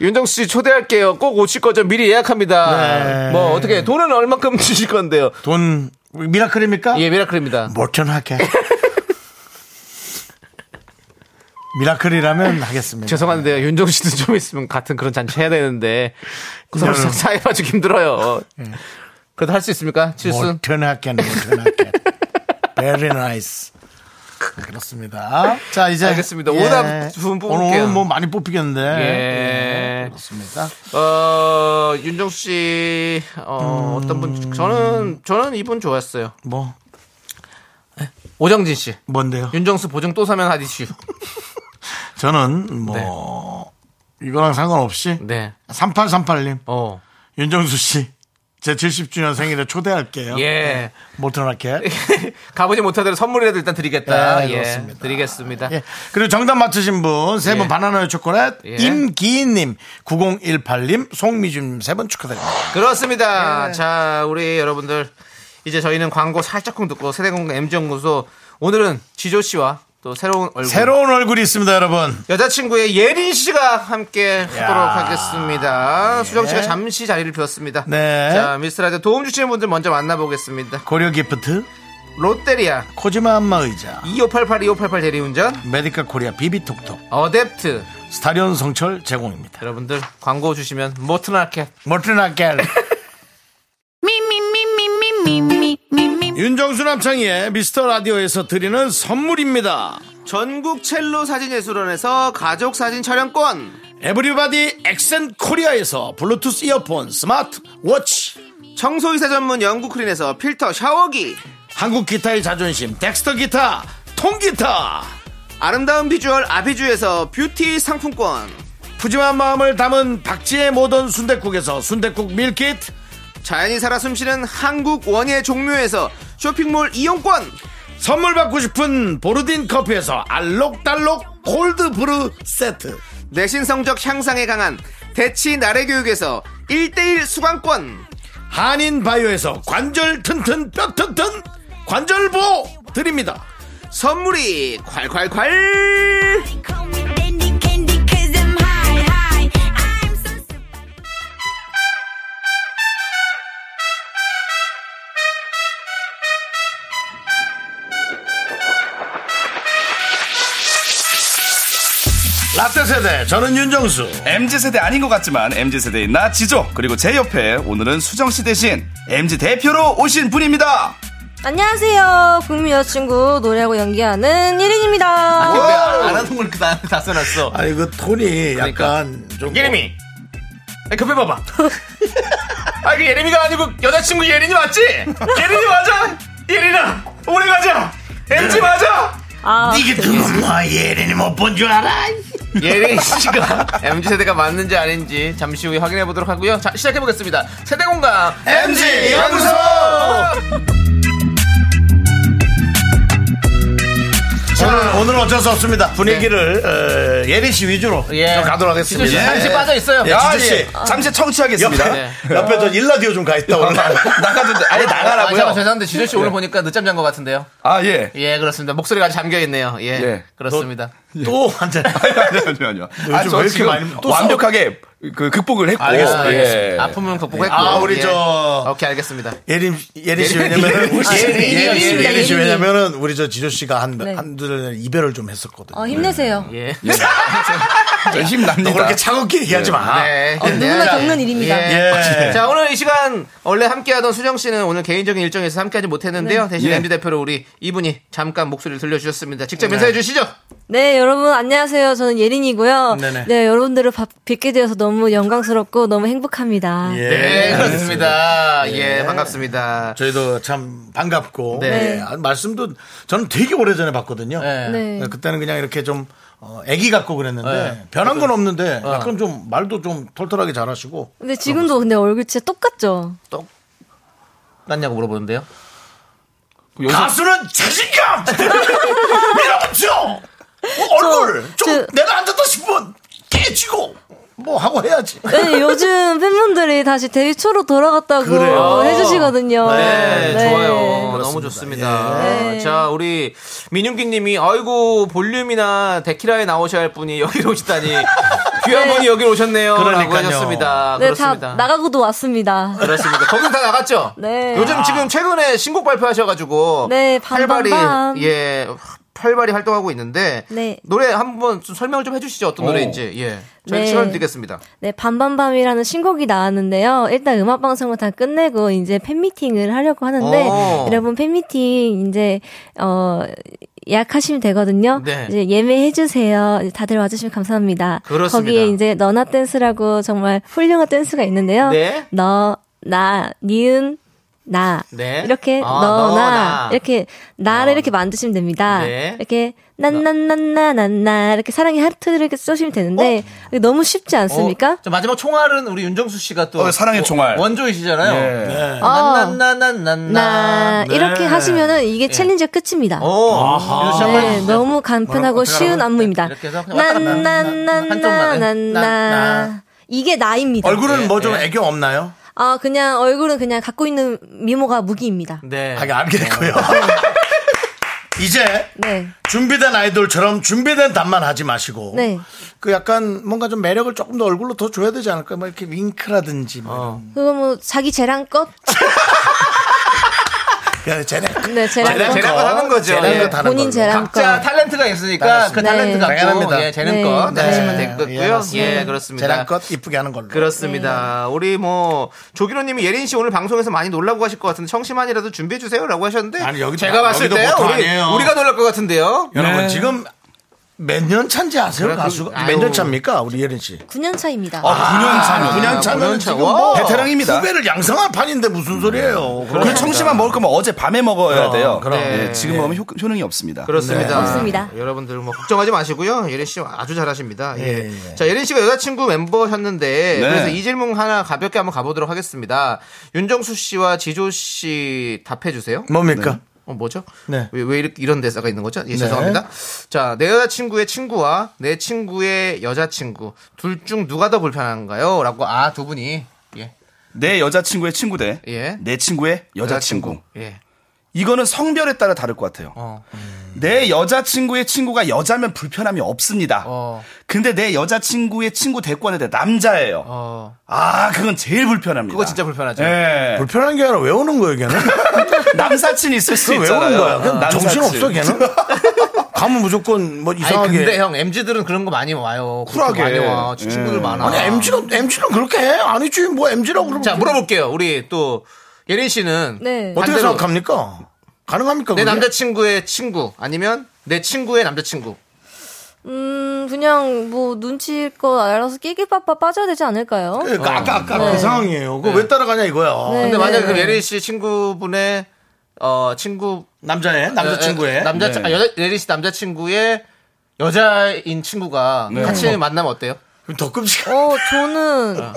윤정수 씨 초대할게요. 꼭 오실 거죠. 미리 예약합니다.
네.
뭐, 어떻게, 돈은 얼마큼 주실 건데요?
돈, 미라클입니까?
예, 미라클입니다.
모튼 하켓. 미라클이라면 하겠습니다.
죄송한데요. 윤정수 씨도 좀 있으면 같은 그런 잔치 해야 되는데. 그 서로
이거는-
사이 봐주기 예. 뭐 힘들어요. 그래도 할 수 있습니까? 칠순?
모튼 하켓, 모튼 하켓. Very nice. 그렇습니다. 자, 이제. 예.
알겠습니다. 오답 두분 뽑을게요.
오늘 뭐 많이 뽑히겠는데.
예.
그렇습니다.
어, 윤정수 씨, 어, 떤 분, 저는, 저는 이분 좋았어요.
뭐,
오정진 씨.
뭔데요?
윤정수 보증 또 사면 하디슈.
저는 뭐, 이거랑 상관없이.
네.
3838님,
어.
윤정수 씨. 제 70주년 생일에 초대할게요. 네.
예.
못 드러날게.
가보지 못하더라도 선물이라도 일단 드리겠다.
예,
예.
그렇습니다.
드리겠습니다.
예. 그리고 정답 맞추신 분, 세 분
예.
바나나의 초콜릿,
예.
임기인님, 9018님, 송미준님 세 분 축하드립니다. 예.
그렇습니다. 자, 우리 여러분들 이제 저희는 광고 살짝쿵 듣고 세대공간 MG연구소 오늘은 지조 씨와 또 새로운 얼굴
새로운 얼굴이 있습니다, 여러분.
여자친구의 예린 씨가 함께 하도록 하겠습니다. 수정 씨가 잠시 자리를 비웠습니다.
예. 네.
자, 미스터라디오 도움 주시는 분들 먼저 만나보겠습니다.
고려 기프트,
롯데리아,
코지마 안마 의자,
2588, 2588 대리운전,
메디카 코리아 비비톡톡,
어댑트.
스타리온 성철 제공입니다.
여러분들 광고 주시면 모트나켓.
멀티나겔.
Me, me, me, me, me, me, me, me, me.
윤정수 남창희의 미스터 라디오에서 드리는 선물입니다.
전국 첼로 사진예술원에서 가족 사진 촬영권.
에브리바디 엑센 코리아에서 블루투스 이어폰, 스마트 워치,
청소이사 전문 영국 크린에서 필터 샤워기.
한국 기타의 자존심, 덱스터 기타, 통기타.
아름다운 비주얼 아비주에서 어, 뷰티 상품권.
푸짐한 마음을 담은 박지의 모던 순댓국에서 순댓국 밀키트
자연이 살아 숨쉬는 한국 원예 종묘에서 쇼핑몰 이용권.
선물 받고 싶은 보르딘 커피에서 알록달록 골드브루 세트
내신 성적 향상에 강한 대치 나래 교육에서 1대1 수강권.
한인 바이오에서 관절 튼튼 뼈 튼튼 관절보 드립니다
선물이 콸콸콸!
Call me dandy candy cause I'm high, high. I'm so super.
라떼 세대 저는 윤정수
MZ세대 아닌 것 같지만 MZ세대인 나 지조 그리고 제 옆에 오늘은 수정씨 대신 MZ 대표로 오신 분입니다
안녕하세요. 국민 여자친구 노래하고 연기하는 예린입니다.
왜안 하는 걸 그다 다 써놨어?
아니 그 톤이 약간 좀
그러니까. 예림이! 아니, 급해봐봐. 아, 그 예림이가 아니고 여자친구 예린이 맞지? 예린이 맞아? 예린아, 오래 가자! MZ 맞아!
아,
이게 누구야 예린이 못 본 줄 알아
예린 씨가 MZ세대가 맞는지 아닌지 잠시 후에 확인해 보도록 하고요. 자, 시작해보겠습니다. 세대공감
MZ 연구소! 오늘, 오늘 어쩔 수 없습니다 분위기를 어, 예린 씨 위주로
네. 예.
좀 가도록 하겠습니다
지조 씨 잠시 빠져 있어요.
예,
아,
지조 씨
예. 잠시 청취하겠습니다
네.
옆에 저 일라디오 좀 가 있다 오늘.
나가던데 아예
아, 잠깐
나가라고요
죄송한데 지조 씨 오늘 보니까 늦잠 잔 것 같은데요.
아예
예, 그렇습니다. 목소리가 아직 잠겨 있네요. 예,
예.
그렇습니다.
또 완전
아니요 아니요 아니요
요즘
아저
왜 이렇게
지금
많이 또
완벽하게 그 극복을 했고
알겠습니다,
예.
아픔은 극복했고.
아, 우리
예.
저-
오케이, 알겠습니다.
예린 예린 씨 왜냐면은 우리-
예린이,
예린 씨,
예린이.
예린 씨 왜냐면은 우리 저 지조 씨가
네.
한한두달 이별을 좀 했었거든요.
어, 힘내세요.
예.
저힘 납니다
너 그렇게 차갑게 얘기하지 마.
네.
어, 누구나
자,
겪는 일입니다.
예.
네. 자, 오늘 이 시간 원래 함께하던 수정 씨는 오늘 개인적인 일정에서 함께하지 못했는데요. 대신
예.
MZ 대표로 우리 이분이 잠깐 목소리를 들려주셨습니다. 직접 인사해 주시죠.
네, 여러분 안녕하세요. 저는 예린이고요.
네네.
네, 여러분들을 바- 뵙게 되어서 너무 영광스럽고 너무 행복합니다.
예.
네, 그렇습니다. 예, 반갑습니다.
저희도 참 반갑고
네.
예, 아, 말씀도 저는 되게 오래 전에 봤거든요.
네.
네.
그때는 그냥 이렇게 좀 어, 애기 같고 그랬는데
네.
변한 건 없는데
어.
약간 좀 말도 좀 털털하게 잘하시고
근데 지금도 근데 얼굴 진짜 똑같죠?
똑같냐고 물어보는데요.
가수는 자신감 밀어붙여 뭐 얼굴
저-
좀
저-
내가 안 된다 싶으면 깨지고 뭐 하고 해야지
네, 요즘 팬분들이 다시 데뷔 초로 돌아갔다고
그래요.
해주시거든요.
네, 좋아요. 너무
그렇습니다.
좋습니다. 네.
예.
자, 우리 민윤기님이 아이고 볼륨이나 데키라에 나오셔야 할 분이 여기로 오시다니 귀한
네.
분이 여기로 오셨네요라고
그러니까요.
하셨습니다.
네,
아, 그렇습니다.
다 나가고도 왔습니다.
그렇습니다. 거긴 다 나갔죠?
네.
요즘 지금 최근에 신곡 발표하셔가지고
네,
활발히
반반반.
예 활발히 활동하고 있는데
네.
노래 한번 좀 설명을 좀 해주시죠 어떤
오.
노래인지 예 저희 가
네.
시간 드리겠습니다
네, 밤밤밤이라는 신곡이 나왔는데요. 일단 음악 방송을 다 끝내고 이제 팬미팅을 하려고 하는데
어.
여러분 팬미팅 이제 어 예약하시면 되거든요.
네.
이제 예매해 주세요. 다들 와 주시면 감사합니다.
그렇습니다.
거기에 이제 너나 댄스라고 정말 훌륭한 댄스가 있는데요.
네.
너, 나, 니은 나
네.
이렇게
아,
너,
너,
나.
나. 어.
이렇게 나를 이렇게 만드시면 됩니다.
네.
이렇게 난난난나난나 이렇게 사랑의 하트를 이렇게 쏘시면 되는데 이게 너무 쉽지 않습니까?
어, 자, 마지막 총알은 우리 윤정수 씨가 또
어, 사랑의
원-
총알.
원조이시잖아요.
네.
나
난난난난난나 네.
이렇게 하시면은 이게 챌린지 끝입니다.
아,
네, 너무 간편하고 쉬운 안무입니다.
이렇게 해서 그냥 왔다 갔다 한쪽만,
난난난난난나
난나.
이게 나입니다.
얼굴은 뭐 좀
예.
애교 없나요?
아 그냥 얼굴은 그냥 갖고 있는 미모가 무기입니다.
네.
하긴 알겠고요.
어.
이제
네,
준비된 아이돌처럼 준비된 답만 하지 마시고
네.
그 약간 뭔가 좀 매력을 조금 더 얼굴로 더 줘야 되지 않을까? 뭐 이렇게 윙크라든지
어.
뭐.
그거 뭐 자기 재량껏
그냥 쟤네
네 재량껏
재량껏 하는 거죠.
재량껏
예.
하는
본인
걸로.
각자
재량껏
탤런트가 있으니까 그
알았습니다.
탤런트
네.
갖고
당연합니다.
예, 재능껏
네.
하시면
네. 예,
되겠고요.
알았습니다. 네.
예, 그렇습니다.
재량껏 이쁘게 하는 걸로.
그렇습니다. 우리 뭐 조기로님이 예린 씨 오늘 방송에서 많이 놀라고 하실 것 같은데 청심환이라도 준비해 주세요라고 하셨는데
아니, 여기
제가
다-
봤을
여기도
때
보통
우리,
아니에요.
우리가 놀랄 것 같은데요.
여러분 지금 몇 년 차인지 아세요?
네. 그래, 그-
가수가
아유. 아,
몇 년 차입니까? 우리 예린 씨.
9년 차입니다.
9년 차. 9년 차면
구년 차.
지금 뭐
와. 음,
베테랑입니다.
후배를 양성할 판인데 무슨 소리예요?
그 청심만 먹을 거면 어제 밤에 먹어야 돼요.
그러니까. 그럼. 네.
예, 지금 먹으면 효, 효능이 없습니다.
그렇습니다.
없습니다.
여러분들 뭐 걱정하지 마시고요. 예린 씨 아주 잘하십니다. 예.
예, 예.
자, 예린 씨가 여자친구 멤버셨는데
네.
그래서 이 질문 하나 가볍게 한번 가보도록 하겠습니다. 윤정수 씨와 지조 씨 답해 주세요.
뭡니까?
어, 뭐죠?
네.
왜, 왜 이렇게 이런 대사가 있는 거죠? 예, 죄송합니다. 자, 내 여자친구의 친구와 내 친구의 여자친구 둘 중 누가 더 불편한가요? 라고 아 두 분이 예.
내 여자친구의 친구 대
예.
내 친구의 여자친구.
예.
이거는 성별에 따라 다를 것 같아요.
어.
내 여자친구의 친구가 여자면 불편함이 없습니다.
어.
근데 내 여자친구의 친구 대권에 남자예요.
어.
아, 그건 제일 불편합니다.
그거 진짜 불편하죠.
예.
네.
불편한 게 아니라 왜 오는 거예요, 걔는?
남사친 있을 수
왜
있잖아요.
오는 거야? 그냥
남사친.
정신 없어, 걔는? 가면 무조건 뭐
아니
이상하게.
근데 형 MZ들은 그런 거 많이 와요.
쿨하게.
많이 와.
예.
친구들 많아.
아니 MG는 MG는 그렇게 해? 아니지 뭐 MG라고 그러면
자 물어볼게요. 우리 또 예린 씨는
네.
어떻게
반대로
생각합니까? 가능합니까?
내
그게?
남자친구의 친구 아니면 내 친구의 남자친구.
음 그냥 뭐 눈치껏 알아서 끼끼빠빠 빠져야 되지 않을까요?
어.
그러니까 아까 아까 그 상황이에요. 그거 왜 따라가냐 이거야.
네,
근데
네,
만약에
네.
그 예린 씨 친구분의 어 친구
남자애 남자친구애.
남자
네.
아, 여자 예린 씨 남자친구의 여자인 친구가
네.
같이 만나면 어때요?
그럼 더 끔찍해.
어
아.
저는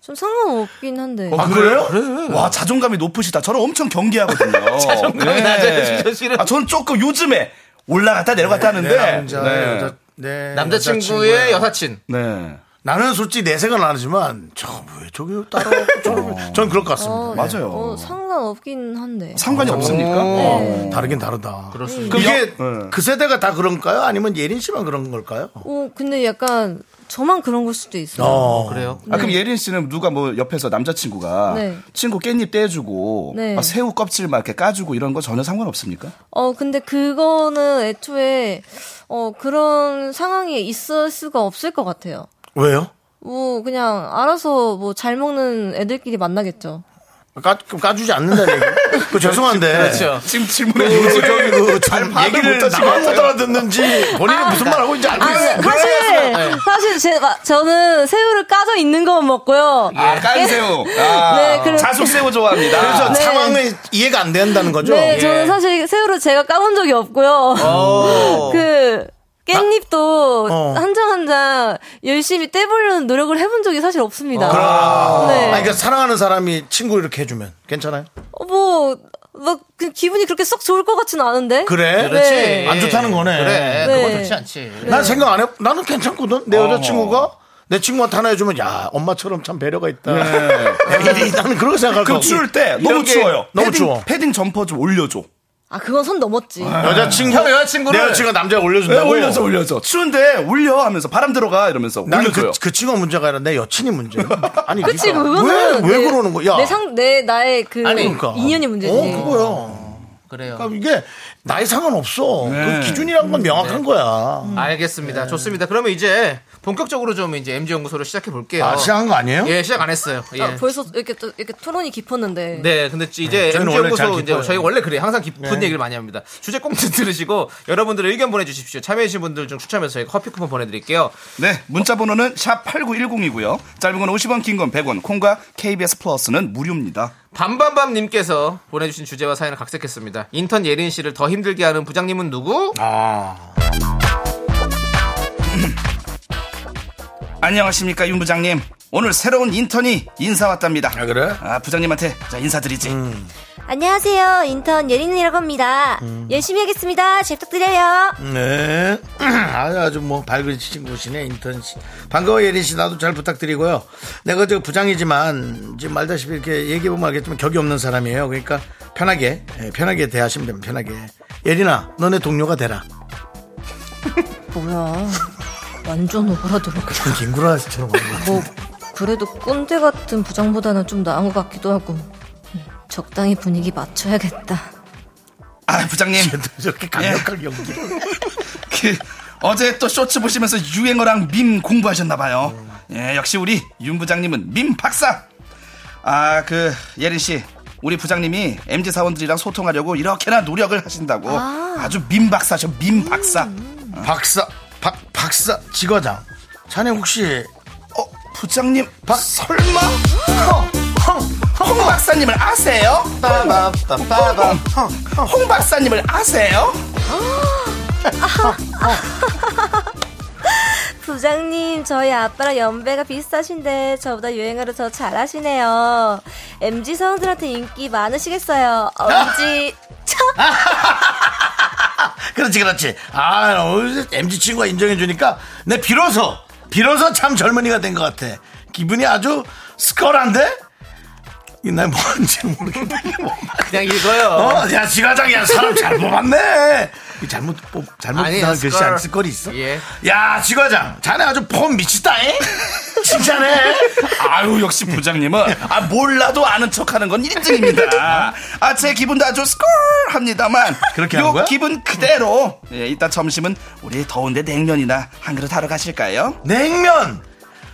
좀 상관없긴 한데.
어,
아 그래요?
와 자존감이 높으시다. 저는 엄청 경계하거든요. 예.
자존감이 낮아요, 진짜 실은.
아, 저는 조금 요즘에 올라갔다 내려갔다
내
하는데.
남자
네.
여자 네,
남자친구의 여사친.
네.
나는 솔직히 내 생각은 안 하지만 저 왜 저기 따라오고 저는 전 그럴 것 같습니다.
어,
맞아요.
어, 상관없긴 한데.
어.
상관이 없습니까?
네.
다르긴 다르다.
그렇습니다.
그게
네.
그 세대가 다 그런가요? 아니면 예린 씨만 그런 걸까요?
음,
어, 근데 약간 저만 그런 걸 수도 있어요.
어.
그래요.
아, 그럼 예린 씨는 누가 뭐 옆에서 남자친구가
네.
친구 깻잎 떼주고
네.
막 새우 껍질 막 이렇게 까주고 이런 거 전혀 상관없습니까?
어, 근데 그거는 애초에 어, 그런 상황이 있을 수가 없을 것 같아요.
왜요?
뭐 그냥 알아서 뭐 잘 먹는 애들끼리 만나겠죠.
까, 그럼 까주지 않는다는 얘기. 그 죄송한데.
그렇죠.
아, 지금 질문해
그 저기 그 참, 얘기를
못하신
나만 못 알아듣는지 본인이 무슨 말 하고 있는지 알고
네.
아,
있어요.
사실 사실 제 마- 저는 새우를 까져 있는 것만 먹고요.
아, 깐새우. 아,
네, 그렇게-
자숙새우 좋아합니다.
그래서
네.
상황이 이해가 안 된다는 거죠.
네,
예.
저는 사실 새우를 제가 까본 적이 없고요. 그 깻잎도
어.
한 장 한 장 열심히 떼보려는 노력을 해본 적이 사실 없습니다.
아니,
네.
그러니까 사랑하는 사람이 친구 이렇게 해주면 괜찮아요?
어, 뭐, 막, 그 기분이 그렇게 썩 좋을 것 같지는 않은데?
그래?
그렇지.
안 좋다는 거네.
그래,
네.
그건 좋지 않지.
난 생각 안 해. 나는 괜찮거든. 내
어.
여자친구가 내 친구한테 하나 해주면 야 엄마처럼 참 배려가 있다. 애들이 나는 그렇게 생각할
그
거고.
네. 추울 때 너무
이런 게
추워요. 네,
너무
패딩,
추워.
패딩 점퍼 좀 올려줘.
아, 그건 선 넘었지.
여자친구
형 여자친구를
내 여자친구가 남자가
네,
올려준다고.
올려줘, 올려줘. 추운데 올려 하면서 바람 들어가 이러면서
나는
올려줘요.
그, 그 친구가 문제가 아니라 내 여친이 문제야. 아니
그치,
네가
그거는.
그러니까. 왜, 왜
내- 어,
그러는 거야?
내 상, 내, 나의 그,
아니,
그러니까.
인연이 문제지.
어 그거야.
그래요.
그러니까 이게 나이 상관없어.
네.
그 기준이란
음,
건
네.
명확한 거야.
알겠습니다.
네.
좋습니다. 그러면 이제 본격적으로 좀 이제 MG 연구소를 시작해 볼게요.
아, 시작한 거 아니에요?
예, 시작 안 했어요. 예.
아, 벌써 이렇게 또 이렇게 토론이 깊었는데.
네, 근데 이제
저희는
MG
원래 잘
연구소
깊어요.
이제 저희 원래 그래 요 항상 깊은 얘기를 많이 합니다. 주제 꼭 들으시고 여러분들의 의견 보내주십시오. 참여해주신 분들 중 추첨해서 저희 커피 쿠폰 보내드릴게요.
네, 문자 번호는 샵 8910이고요. 짧은 건 50원, 긴 건 100원. 콩과 KBS 플러스는 무료입니다.
밤밤밤님께서 보내주신 주제와 사연을 각색했습니다. 인턴 예린 씨를 더 힘들게 하는 부장님은 누구?
아.
안녕하십니까, 윤 부장님. 오늘 새로운 인턴이 인사 왔답니다.
아, 그래?
아, 음. 부장님한테 자, 인사드리지.
안녕하세요. 인턴 예린이라고 합니다.
음.
열심히 하겠습니다. 잘 부탁드려요.
네. 아주 아주 뭐 밝은 친구시네 인턴 씨. 반가워 예린 씨 나도 잘 부탁드리고요. 내가 저 부장이지만 지금 말다시피 이렇게 얘기해 보면 알겠지만 격이 없는 사람이에요. 그러니까 편하게 예, 편하게 대하시면 됩니다. 편하게. 예린아, 너네 동료가 되라.
뭐야. 완전 오버라더라고.
김구라 씨처럼.
뭐 그래도 꼰대 같은 부장보다는 좀 나은 것 같기도 하고 음, 적당히 분위기 맞춰야겠다.
아, 부장님.
저렇게 강력한 연기.
그, 어제 또 쇼츠 보시면서 유행어랑 밈 공부하셨나봐요. 예, 역시 우리 윤 부장님은 밈 박사! 아, 그, 예린씨. 우리 부장님이 MZ 사원들이랑 소통하려고 이렇게나 노력을 하신다고. 아. 주밈 박사셔, 밈 박사.
어. 박사, 박 박사 지거장. 자네 혹시
어, 부장님,
박 어, 설마? 헝, 헝,
홍 박사님을 아세요?
빠밤, 어, 헝, 헝.
홍 박사님을 아세요?
부장님, 저희 아빠랑 연배가 비슷하신데 저보다 유행어를 더 잘하시네요. MZ 성들한테 인기 많으시겠어요. 엄지 척.
그렇지 그렇지 아 어, MG 친구가 인정해주니까 내 비로소 비로소 참 젊은이가 된 것 같아 기분이 아주 스컬한데 이날 뭔지 모르겠네
그냥 읽어요.
어야 지과장이야 사람 잘 뽑았네 이 잘못 뽑 잘못
아니에요,
나온 글씨
스컬.
안 쓸 거리 있어
예.
야 지과장 자네 아주 폼 미치다잉 진짜네
아유, 역시 부장님은. 아, 몰라도 아는 척 하는 건 1등입니다. 아, 제 기분도 아주 스콜 합니다만.
그렇게
요
하는 거야?
기분 그대로. 예, 이따 점심은 우리 더운데 냉면이나 한 그릇 하러 가실까요?
냉면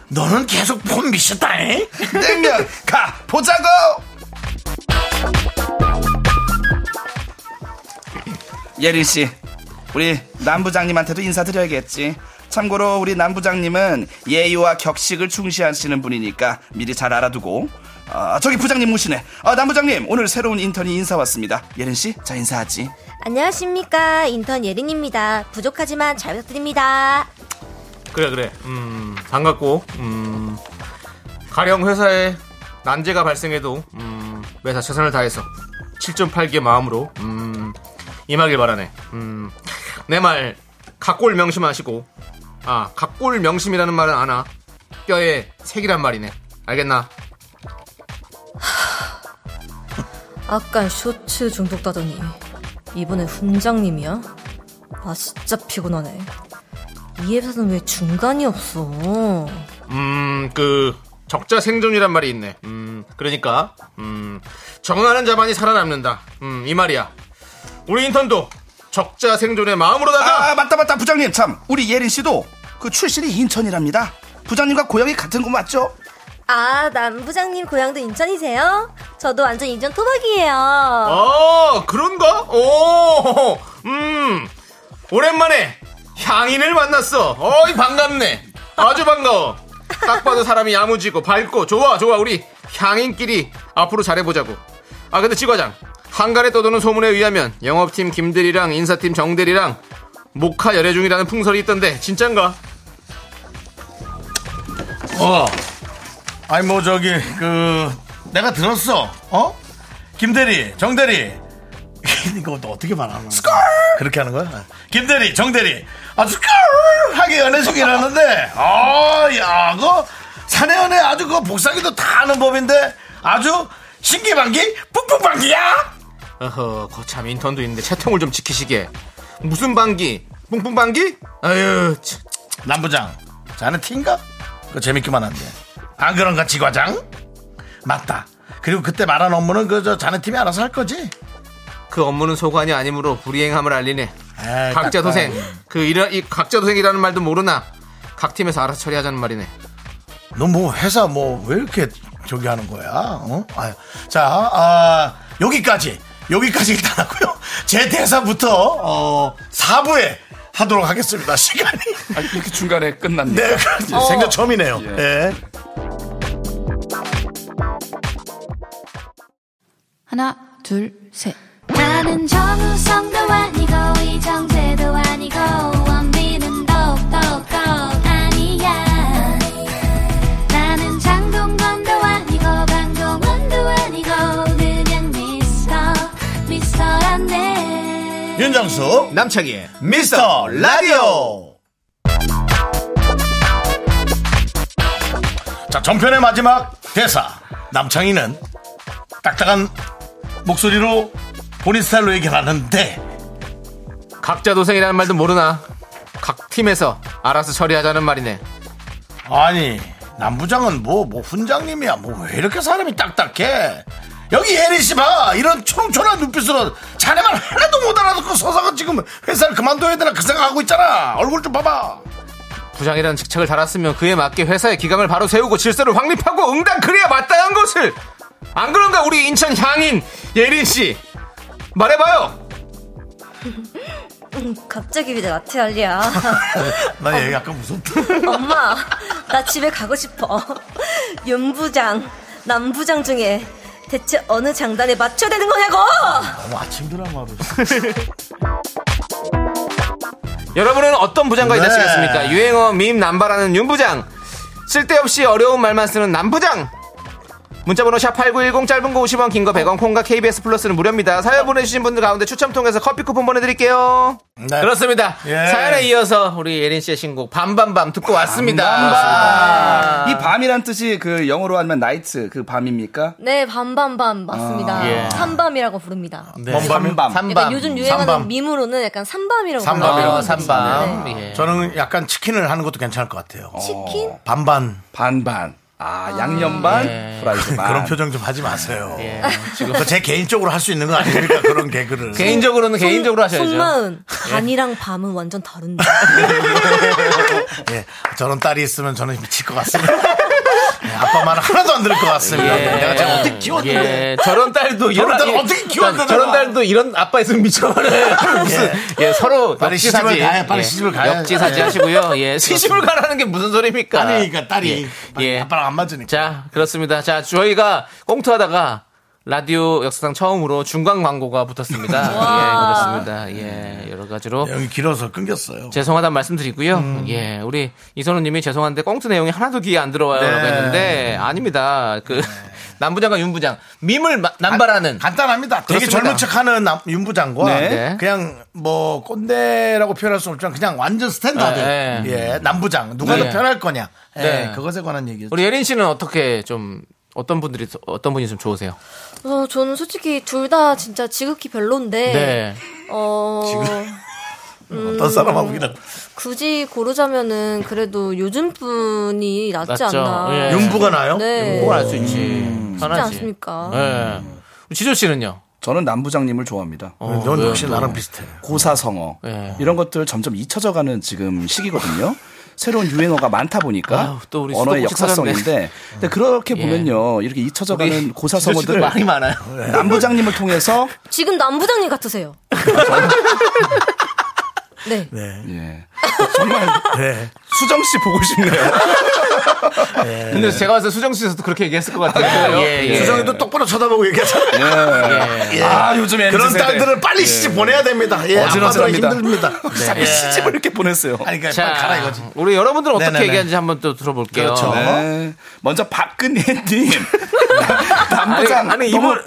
너는 계속 폼 미쳤다잉
냉면 가 보자고. 예린 씨, 우리 남 부장님한테도 인사드려야겠지. 참고로 우리 남 부장님은 예의와 격식을 중시하시는 분이니까 미리 잘 알아두고. 아 저기 부장님 오시네. 아, 남 부장님 오늘 새로운 인턴이 인사 왔습니다. 예린 씨, 자 인사하지.
안녕하십니까. 인턴 예린입니다. 부족하지만 잘 부탁드립니다.
그래 그래. 음 반갑고 음 가령 회사에 난제가 발생해도 음 회사 최선을 다해서 7.8개 마음으로 음 임하길 바라네. 음, 음내 말 각골 명심하시고 아 각골 명심이라는 말은 아나 뼈에 색이란 말이네. 알겠나?
아까 쇼츠 중독다더니 이번에 훈장님이야? 아 진짜 피곤하네. 이 회사는 왜 중간이 없어?
음, 그 적자 생존이란 말이 있네. 음, 그러니까 음, 정하는 자만이 살아남는다. 음, 이 말이야. 우리 인턴도 적자 생존의 마음으로다가
아 맞다 맞다 부장님 참 우리 예린 씨도 그 출신이 인천이랍니다. 부장님과 고향이 같은 곳 맞죠?
아, 남부장님 고향도 인천이세요? 저도 완전 인천 토박이에요.
어, 그런가? 오, 음, 오랜만에 향인을 만났어. 어이 반갑네. 아주 반가워. 딱 봐도 사람이 야무지고 밝고 좋아 좋아 우리 향인끼리 앞으로 잘해보자고. 아 근데 지과장 한간에 떠도는 소문에 의하면 영업팀 김대리랑 인사팀 정대리랑 목화 열애 중이라는 풍설이 있던데 진짠가?
어. 아니 뭐 저기 그 내가 들었어. 어? 김대리, 정대리. 이거 너 어떻게 말하는 거야? 그렇게 하는 거야? 김대리, 정대리. 아주 스컬하게 연애 중이라는데. 아, 야, 그거 사내 연애 아주 그거 복사기도 다 하는 법인데 아주 신기반기 뿡뿡반기야.
어허, 거참 인턴도 있는데 채통을 좀 지키시게. 무슨 반기? 뿡뿡 반기? 아유, 참.
남부장, 자네 팀인가? 그거 재밌기만 한데. 안 그런가, 그, 지과장? 맞다. 그리고 그때 말한 업무는 그저 자네 팀이 알아서 할 거지?
그 업무는 소관이 아니므로 불이행함을 알리네.
에이,
각자
딱
도생. 그 이라, 이 각자 도생이라는 말도 모르나 각 팀에서 알아서 처리하자는 말이네.
너 뭐 회사 뭐 왜 이렇게 저기 하는 거야? 어? 아, 자, 아, 여기까지. 여기까지 일단 하고요. 제 대사부터 어, 4부에 하도록 하겠습니다. 시간이.
아, 이렇게 중간에 끝났네.
네, 그렇죠. 생전 처음이네요.
예.
예.
하나, 둘, 셋.
나는 정우성도 아니고 이정재도 아니고 원빈은 더욱더 아니야 나는 장동건도 아니고 강동원도 아니고 그냥 미스터 미스터란데
윤정수
남창희의
미스터 라디오. 자, 전편의 마지막 대사. 남창희는 딱딱한 목소리로 본인 스타일로 얘기를 하는데
각자 도생이라는 말도 모르나 각 팀에서 알아서 처리하자는 말이네.
아니 남부장은 뭐 뭐 훈장님이야 뭐 왜 이렇게 사람이 딱딱해 여기 예린 씨봐 이런 초롱초롱한 눈빛으로 자네만 하나도 못 알아듣고 서사가 지금 회사를 그만둬야 되나 그 생각하고 있잖아 얼굴 좀 봐봐
부장이라는 직책을 달았으면 그에 맞게 회사의 기강을 바로 세우고 질서를 확립하고 응당 그래야 마땅한 것을 안 그런가 우리 인천 향인 예린 씨 말해봐요
갑자기 왜 나한테 난리야.
나 얘 약간 무섭다
엄마, 나 집에 가고 싶어. 윤부장, 남부장 중에 대체 어느 장단에 맞춰야 되는 거냐고!
너무 아침 드라마로
여러분은 어떤 부장과
네.
일하시겠습니까 유행어 밈 남발하는 윤 부장 쓸데없이 어려운 말만 쓰는 남 부장 문자번호 샵8910 짧은 거 50원 긴 거 100원 콩과 KBS 플러스는 무료입니다 사연 보내주신 분들 가운데 추첨 통해서 커피 쿠폰 보내드릴게요
네.
그렇습니다
예.
사연에 이어서 우리 예린 씨의 신곡 밤밤밤 듣고 왔습니다
밤밤.
그렇습니다.
이 밤이란 뜻이 그 영어로 하면 나이트 그 밤입니까?
네, 밤밤밤 맞습니다.
예.
삼밤이라고 부르니다.
밤밤이요?
밤밤.
약간 그러니까 요즘 유행하는
네, 삼밤.
밈으로는 약간 삼밤이라고
삼밤이라고
불러요. 네.
어, 삼밤.
네.
예.
아, 저는 약간 치킨을 하는 것도 괜찮을 것 같아요
어.
치킨?
반반
반반. 아, 양념 반, 프라이드 반.
예.
아.
그런 표정 좀 하지 마세요
예.
그거 제 개인적으로 할 수 있는 거 아닙니까 그런 개그를
개인적으로는 개인적으로 하셔야죠. 예.
속마은 반이랑 밤은 완전 다른데.
예, 저런 딸이 있으면 저는 미칠 것 같습니다. 예, 아빠 말 하나도 안 들을 것 같습니다. 내가 쟤 어떻게 키웠는데.
예, 저런 딸도 이런
딸을
예,
어떻게 키웠는데
저런
내가.
딸도 이런 아빠 있으면 미쳐버려. 무슨 예, 서로
빨리 시집을
역지사지.
가야, 빨리 시집을 가야.
역지사지
예.
하시고요. 예, 시집을 가라는 게 무슨 소리입니까?
딸이, 그러니까 딸이.
예.
아빠랑 안 맞으니까.
자, 그렇습니다. 자, 저희가 꽁트하다가 라디오 역사상 처음으로 중간 광고가 붙었습니다. 예, 그렇습니다. 예, 여러 가지로
여기 길어서 끊겼어요.
죄송하다는 말씀드리고요.
음.
예, 우리 이선우님이 죄송한데 꽁트 내용이 하나도 귀에 안 들어와요라고
네.
했는데 아닙니다. 그 남부장과 윤부장 밈을 마- 남발하는
아, 간단합니다. 되게
그렇습니다.
젊은 척하는 남- 윤부장과
네.
그냥 뭐 꼰대라고 표현할 수 없지만 그냥 완전 스탠다드
네.
예 남부장 누가 더
네.
편할 거냐 예,
네.
그것에 관한 얘기죠.
우리 예린 씨는 어떻게 좀 어떤 분들이 어떤 분이 좀 좋으세요?
어, 저는 솔직히 둘 다 진짜 지극히 별론데.
네.
어,
어떤 사람하고 그냥
굳이 고르자면은 그래도 요즘 분이 낫지
낫죠.
않나.
예.
쉽지
윤부가 나요?
네.
그걸 알 수 있지. 편하지.
않습니까?
예.
음.
우리 지조 씨는요?
저는 남부장님을 좋아합니다.
어,
넌
네.
역시 나랑 비슷해.
고사성어
예.
이런 것들 점점 잊혀져가는 지금 시기거든요. 새로운 유행어가 많다 보니까
아유, 또 우리
언어의
수도꼭지 찾았네. 예.
역사성인데 근데 그렇게 보면요 이렇게 잊혀져가는
지조 씨도
고사성어들
뭐 말이 많아요.
남부장님을 통해서
지금 남부장님 같으세요. 네.
예. 정말
네.
수정 씨 보고 싶네요.
근데 제가 봤을 때 수정 씨에서도 그렇게 얘기했을 것 같아요. 예, 예.
수정이도 똑바로 쳐다보고 얘기하잖아.
예. 아 요즘
네,
MZ
그런
세대.
딸들은 빨리 시집 보내야 됩니다. 예,
어지러지랍니다.
아빠들은 힘듭니다.
자꾸 시집을 이렇게 보냈어요.
아니, 그러니까
네. 자,
빨리 가라 이거지.
우리 여러분들은 어떻게
네네네.
얘기하는지 한번 또 들어볼게요.
그렇죠.
네. 먼저 박근혜님 남부장
아니, 아니,
너무-
이분-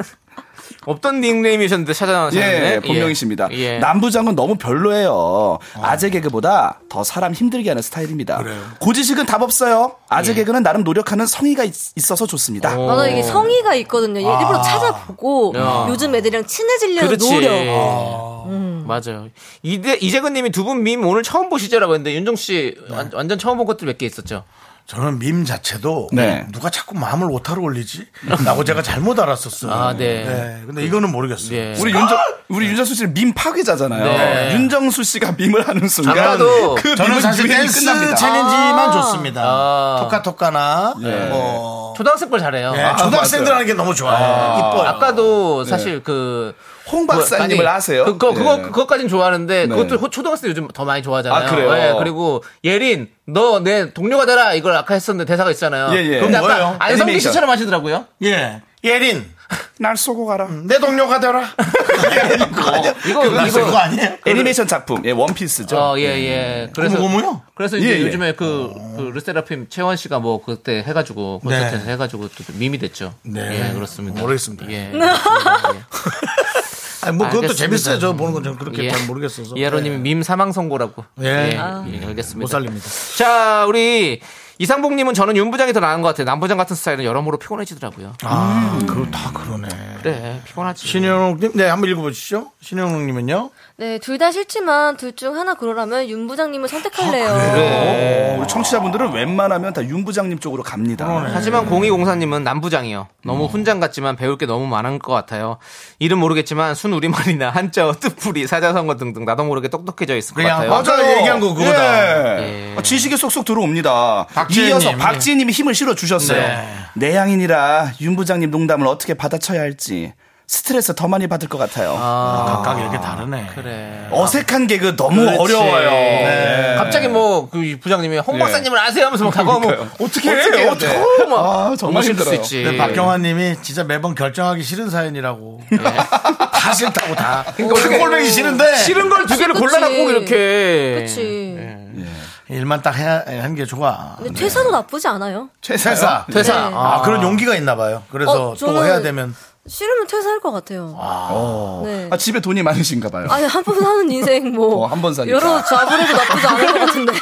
없던 닉네임이셨는데 찾아나셨는데
예, 본명이십니다.
예.
남부장은 너무 별로예요. 아재 개그보다 더 사람 힘들게 하는 스타일입니다. 고지식은 답 없어요. 아재 개그는 나름 노력하는 성의가 있, 어서 좋습니다.
예. 오.
맞아 이게 성의가 있거든요. 얘 일부러 찾아보고
야.
요즘 애들이랑 친해지려는
그렇지. 아. 음.
노력.
네. 맞아요.
네.
이재, 이재근님이 두 분 밈 오늘 처음 보시죠라고 했는데 윤종 씨 완- 완전 처음 본 것들 몇 개 있었죠.
저는 밈 자체도
네.
누가 자꾸 마음을 오타로 올리지? 라고 제가 잘못 알았었어요.
아, 네.
근데 이거는 모르겠어요.
네.
예. 우리 윤정 우리 윤정수 씨는 밈 파괴자잖아요.
네.
윤정수 씨가 밈을 하는 순간
아까도
그
저는
밈은
사실
유행이
댄스
끝납니다.
챌린지만
아.
좋습니다.
아.
토카토카나
네.
뭐
초등학생 걸 잘해요.
예.
네,
아,
초등학생들 하는 게 너무 좋아요. 이뻐요.
아까도 사실 그.
홍
뭐,
박사님을
아니,
아세요?
그거, 그거,
네.
그거까진 좋아하는데,
네.
그것도 호- 초등학생 요즘 더 많이 좋아하잖아요.
아, 그래요?
예, 그리고, 예린, 너 내 동료가 되라, 이걸 아까 했었는데, 대사가 있잖아요.
예, 예.
근데
그건 뭐예요?
아까 안성기
애니메이션.
씨처럼 하시더라고요.
예. 예린.
날 쏘고 가라.
음,
예,
내 동료가 되라.
이거, 이거,
그거 그거 아니에요?
애니메이션 작품. 예, 원피스죠.
어, 예, 예. 그래서.
고무고무요? 어.
그래서 이제
예, 예.
요즘에 그, 그 르세라핌 채원 씨가 뭐 그때 해가지고,
네.
콘서트에서 해가지고 또 밈이 됐죠.
네.
예, 그렇습니다.
모르겠습니다.
예. 그렇습니다. 예.
아니, 뭐 그것도
알겠습니다.
재밌어요. 저 보는 건 저는 그렇게
예.
잘 모르겠어서.
이하로님이 밈 사망 선고라고.
예.
예, 예, 알겠습니다.
못 살립니다.
자, 우리 이상봉님은 저는 윤부장이 더 나은 것 같아요. 남부장 같은 스타일은 여러모로 피곤해지더라고요.
아, 그렇다 그러네.
그래, 피곤하지.
신현웅님, 네, 한번 읽어보시죠. 신현웅님은요?
네, 둘 다 싫지만 둘 중 하나 그러라면 윤 부장님을 선택할래요.
예.
어, 우리 청취자분들은 웬만하면 다 윤부장님 쪽으로 갑니다.
네. 하지만 공이공사님은 남부장이요. 너무
음.
훈장 같지만 배울 게 너무 많은 것 같아요. 이름 모르겠지만 순 우리말이나 한자어, 뜻풀이, 사자성어 등등 나도 모르게 똑똑해져 있을 것
그냥
같아요.
맞아. 아까 얘기한 거 그거다.
예. 어, 지식이 쏙쏙 들어옵니다.
박지혜님.
이어서 박지혜님이 힘을 실어주셨어요.
네.
내향인이라 윤부장님 농담을 어떻게 받아쳐야 할지 스트레스 더 많이 받을 것 같아요.
각각 이렇게 다르네.
그래.
어색한 개그 너무
그렇지.
어려워요.
네. 갑자기 뭐 그 부장님이
예.
홍 박사님을 아세요 하면서 막 다가오면 어떻게
네. 어떻게
해요?
해야
어떻게
돼? 아, 정말
수
힘들어요.
있지.
근데 네, 박경환님이 진짜 매번 결정하기 싫은 사연이라고. 다 싫다고 다.
어떻게-
꼴보기 싫은데.
싫은 걸 두 개를
그치.
골라갖고 이렇게.
그치.
일만 딱 해야 하는 게 좋아.
근데 퇴사도 나쁘지 않아요.
퇴사.
퇴사.
네.
아, 그런 용기가 있나 봐요. 그래서
어,
또
저는-
해야 되면.
싫으면 퇴사할 것 같아요. 네.
아, 집에 돈이 많으신가 봐요.
네.
아니 한 번 사는 인생 뭐
어, 한번 사니까.
여러 좌불에도 나쁘지 않을 것 같은데 네.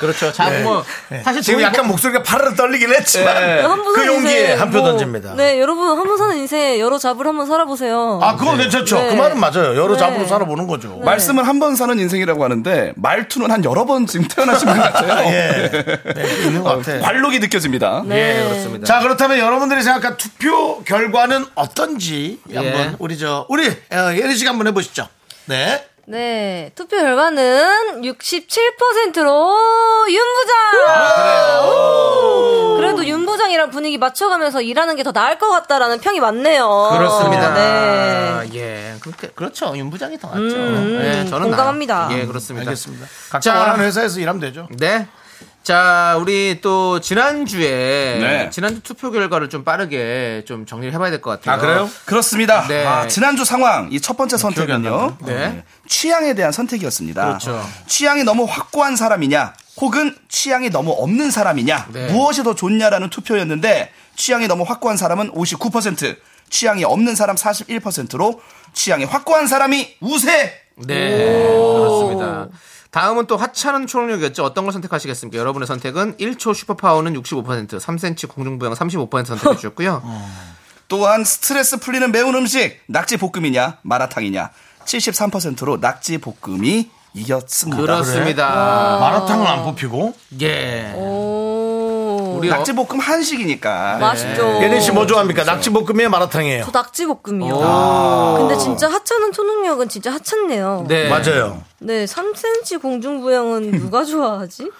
그렇죠. 자, 뭐, 사실
네. 예. 지금
돈이
약간 목소리가 파르르 떨리긴 했지만.
네. 한 번
그
사는
용기에
인생
한 표
뭐,
던집니다.
네 여러분 한 번 사는 인생 여러 좌불 한번 살아보세요.
아, 그건 괜찮죠.
네.
그 말은 맞아요. 여러
네.
잡으로 살아보는 거죠.
말씀을 한 번 사는 인생이라고 하는데 말투는 한 여러 번 지금 태어나신 것 같아요.
예. 네, 있는 것 같아.
관록이 느껴집니다.
네.
예, 그렇습니다.
자 그렇다면 여러분들이 생각한 투표 결과는 어떤지 한번 우리 저 우리 어, 예리 씨가 한번 해보시죠. 네.
네 투표 결과는 67%로 윤
아,
부장. 오! 그래도 윤 부장이랑 분위기 맞춰가면서 일하는 게 더 나을 것 같다라는 평이 많네요.
그렇습니다.
아,
네.
예. 그렇게, 그렇죠. 윤부장이 더 낫죠. 예, 저는
음, 공감합니다.
나- 예, 그렇습니다.
알겠습니다. 각자 원하는 회사에서 일하면 되죠.
네. 자, 우리 또 지난주에
네.
지난주 투표 결과를 좀 빠르게 좀 정리를 해봐야 될 것 같아요.
그렇습니다.
네.
아, 지난주 상황 이 첫 번째 선택은요.
네.
네.
아,
취향에 대한 선택이었습니다.
그렇죠.
취향이 너무 확고한 사람이냐, 혹은 취향이 너무 없는 사람이냐,
네.
무엇이 더 좋냐라는 투표였는데 취향이 너무 확고한 사람은 59%, 취향이 없는 사람 41%로 취향이 확고한 사람이 우세.
네, 그렇습니다. 다음은 또 하찮은 초능력이었죠. 어떤 걸 선택하시겠습니까? 여러분의 선택은 1초 슈퍼파워는 65%, 3cm 공중부양 35% 선택해 주셨고요.
어.
또한 스트레스 풀리는 매운 음식, 낙지 볶음이냐, 마라탕이냐, 73%로 낙지 볶음이 이겼습니다.
아,
그렇습니다.
마라탕은 안 뽑히고
아,
어.
예.
아,
오.
우리 어,
낙지 볶음 한식이니까.
네.
맛있죠.
예리 네. 씨 뭐 좋아합니까? 낙지볶음이에요, 마라탕이에요.
저 낙지볶음이요. 근데 진짜 하찮은 초능력은 진짜 하찮네요. 네,
네.
맞아요.
3cm 공중부양은 누가 좋아하지?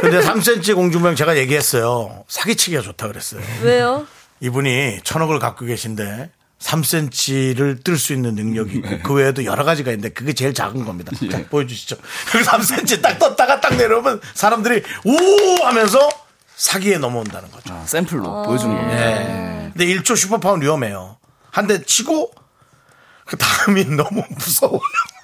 근데 3cm 공주명 제가 얘기했어요. 사기치기가 좋다 그랬어요.
왜요?
이분이 천억을 갖고 계신데 3cm를 뜰 수 있는 능력이 있고 그 외에도 여러 가지가 있는데 그게 제일 작은 겁니다.
예.
자, 보여주시죠. 그 3cm 딱 떴다가 딱 내려오면 사람들이 오 하면서 사기에 넘어온다는 거죠.
아, 샘플로
어.
보여주는 겁니다.
네.
근데 1초 슈퍼파운 위험해요. 한 대 치고 그 다음이 너무 무서워요.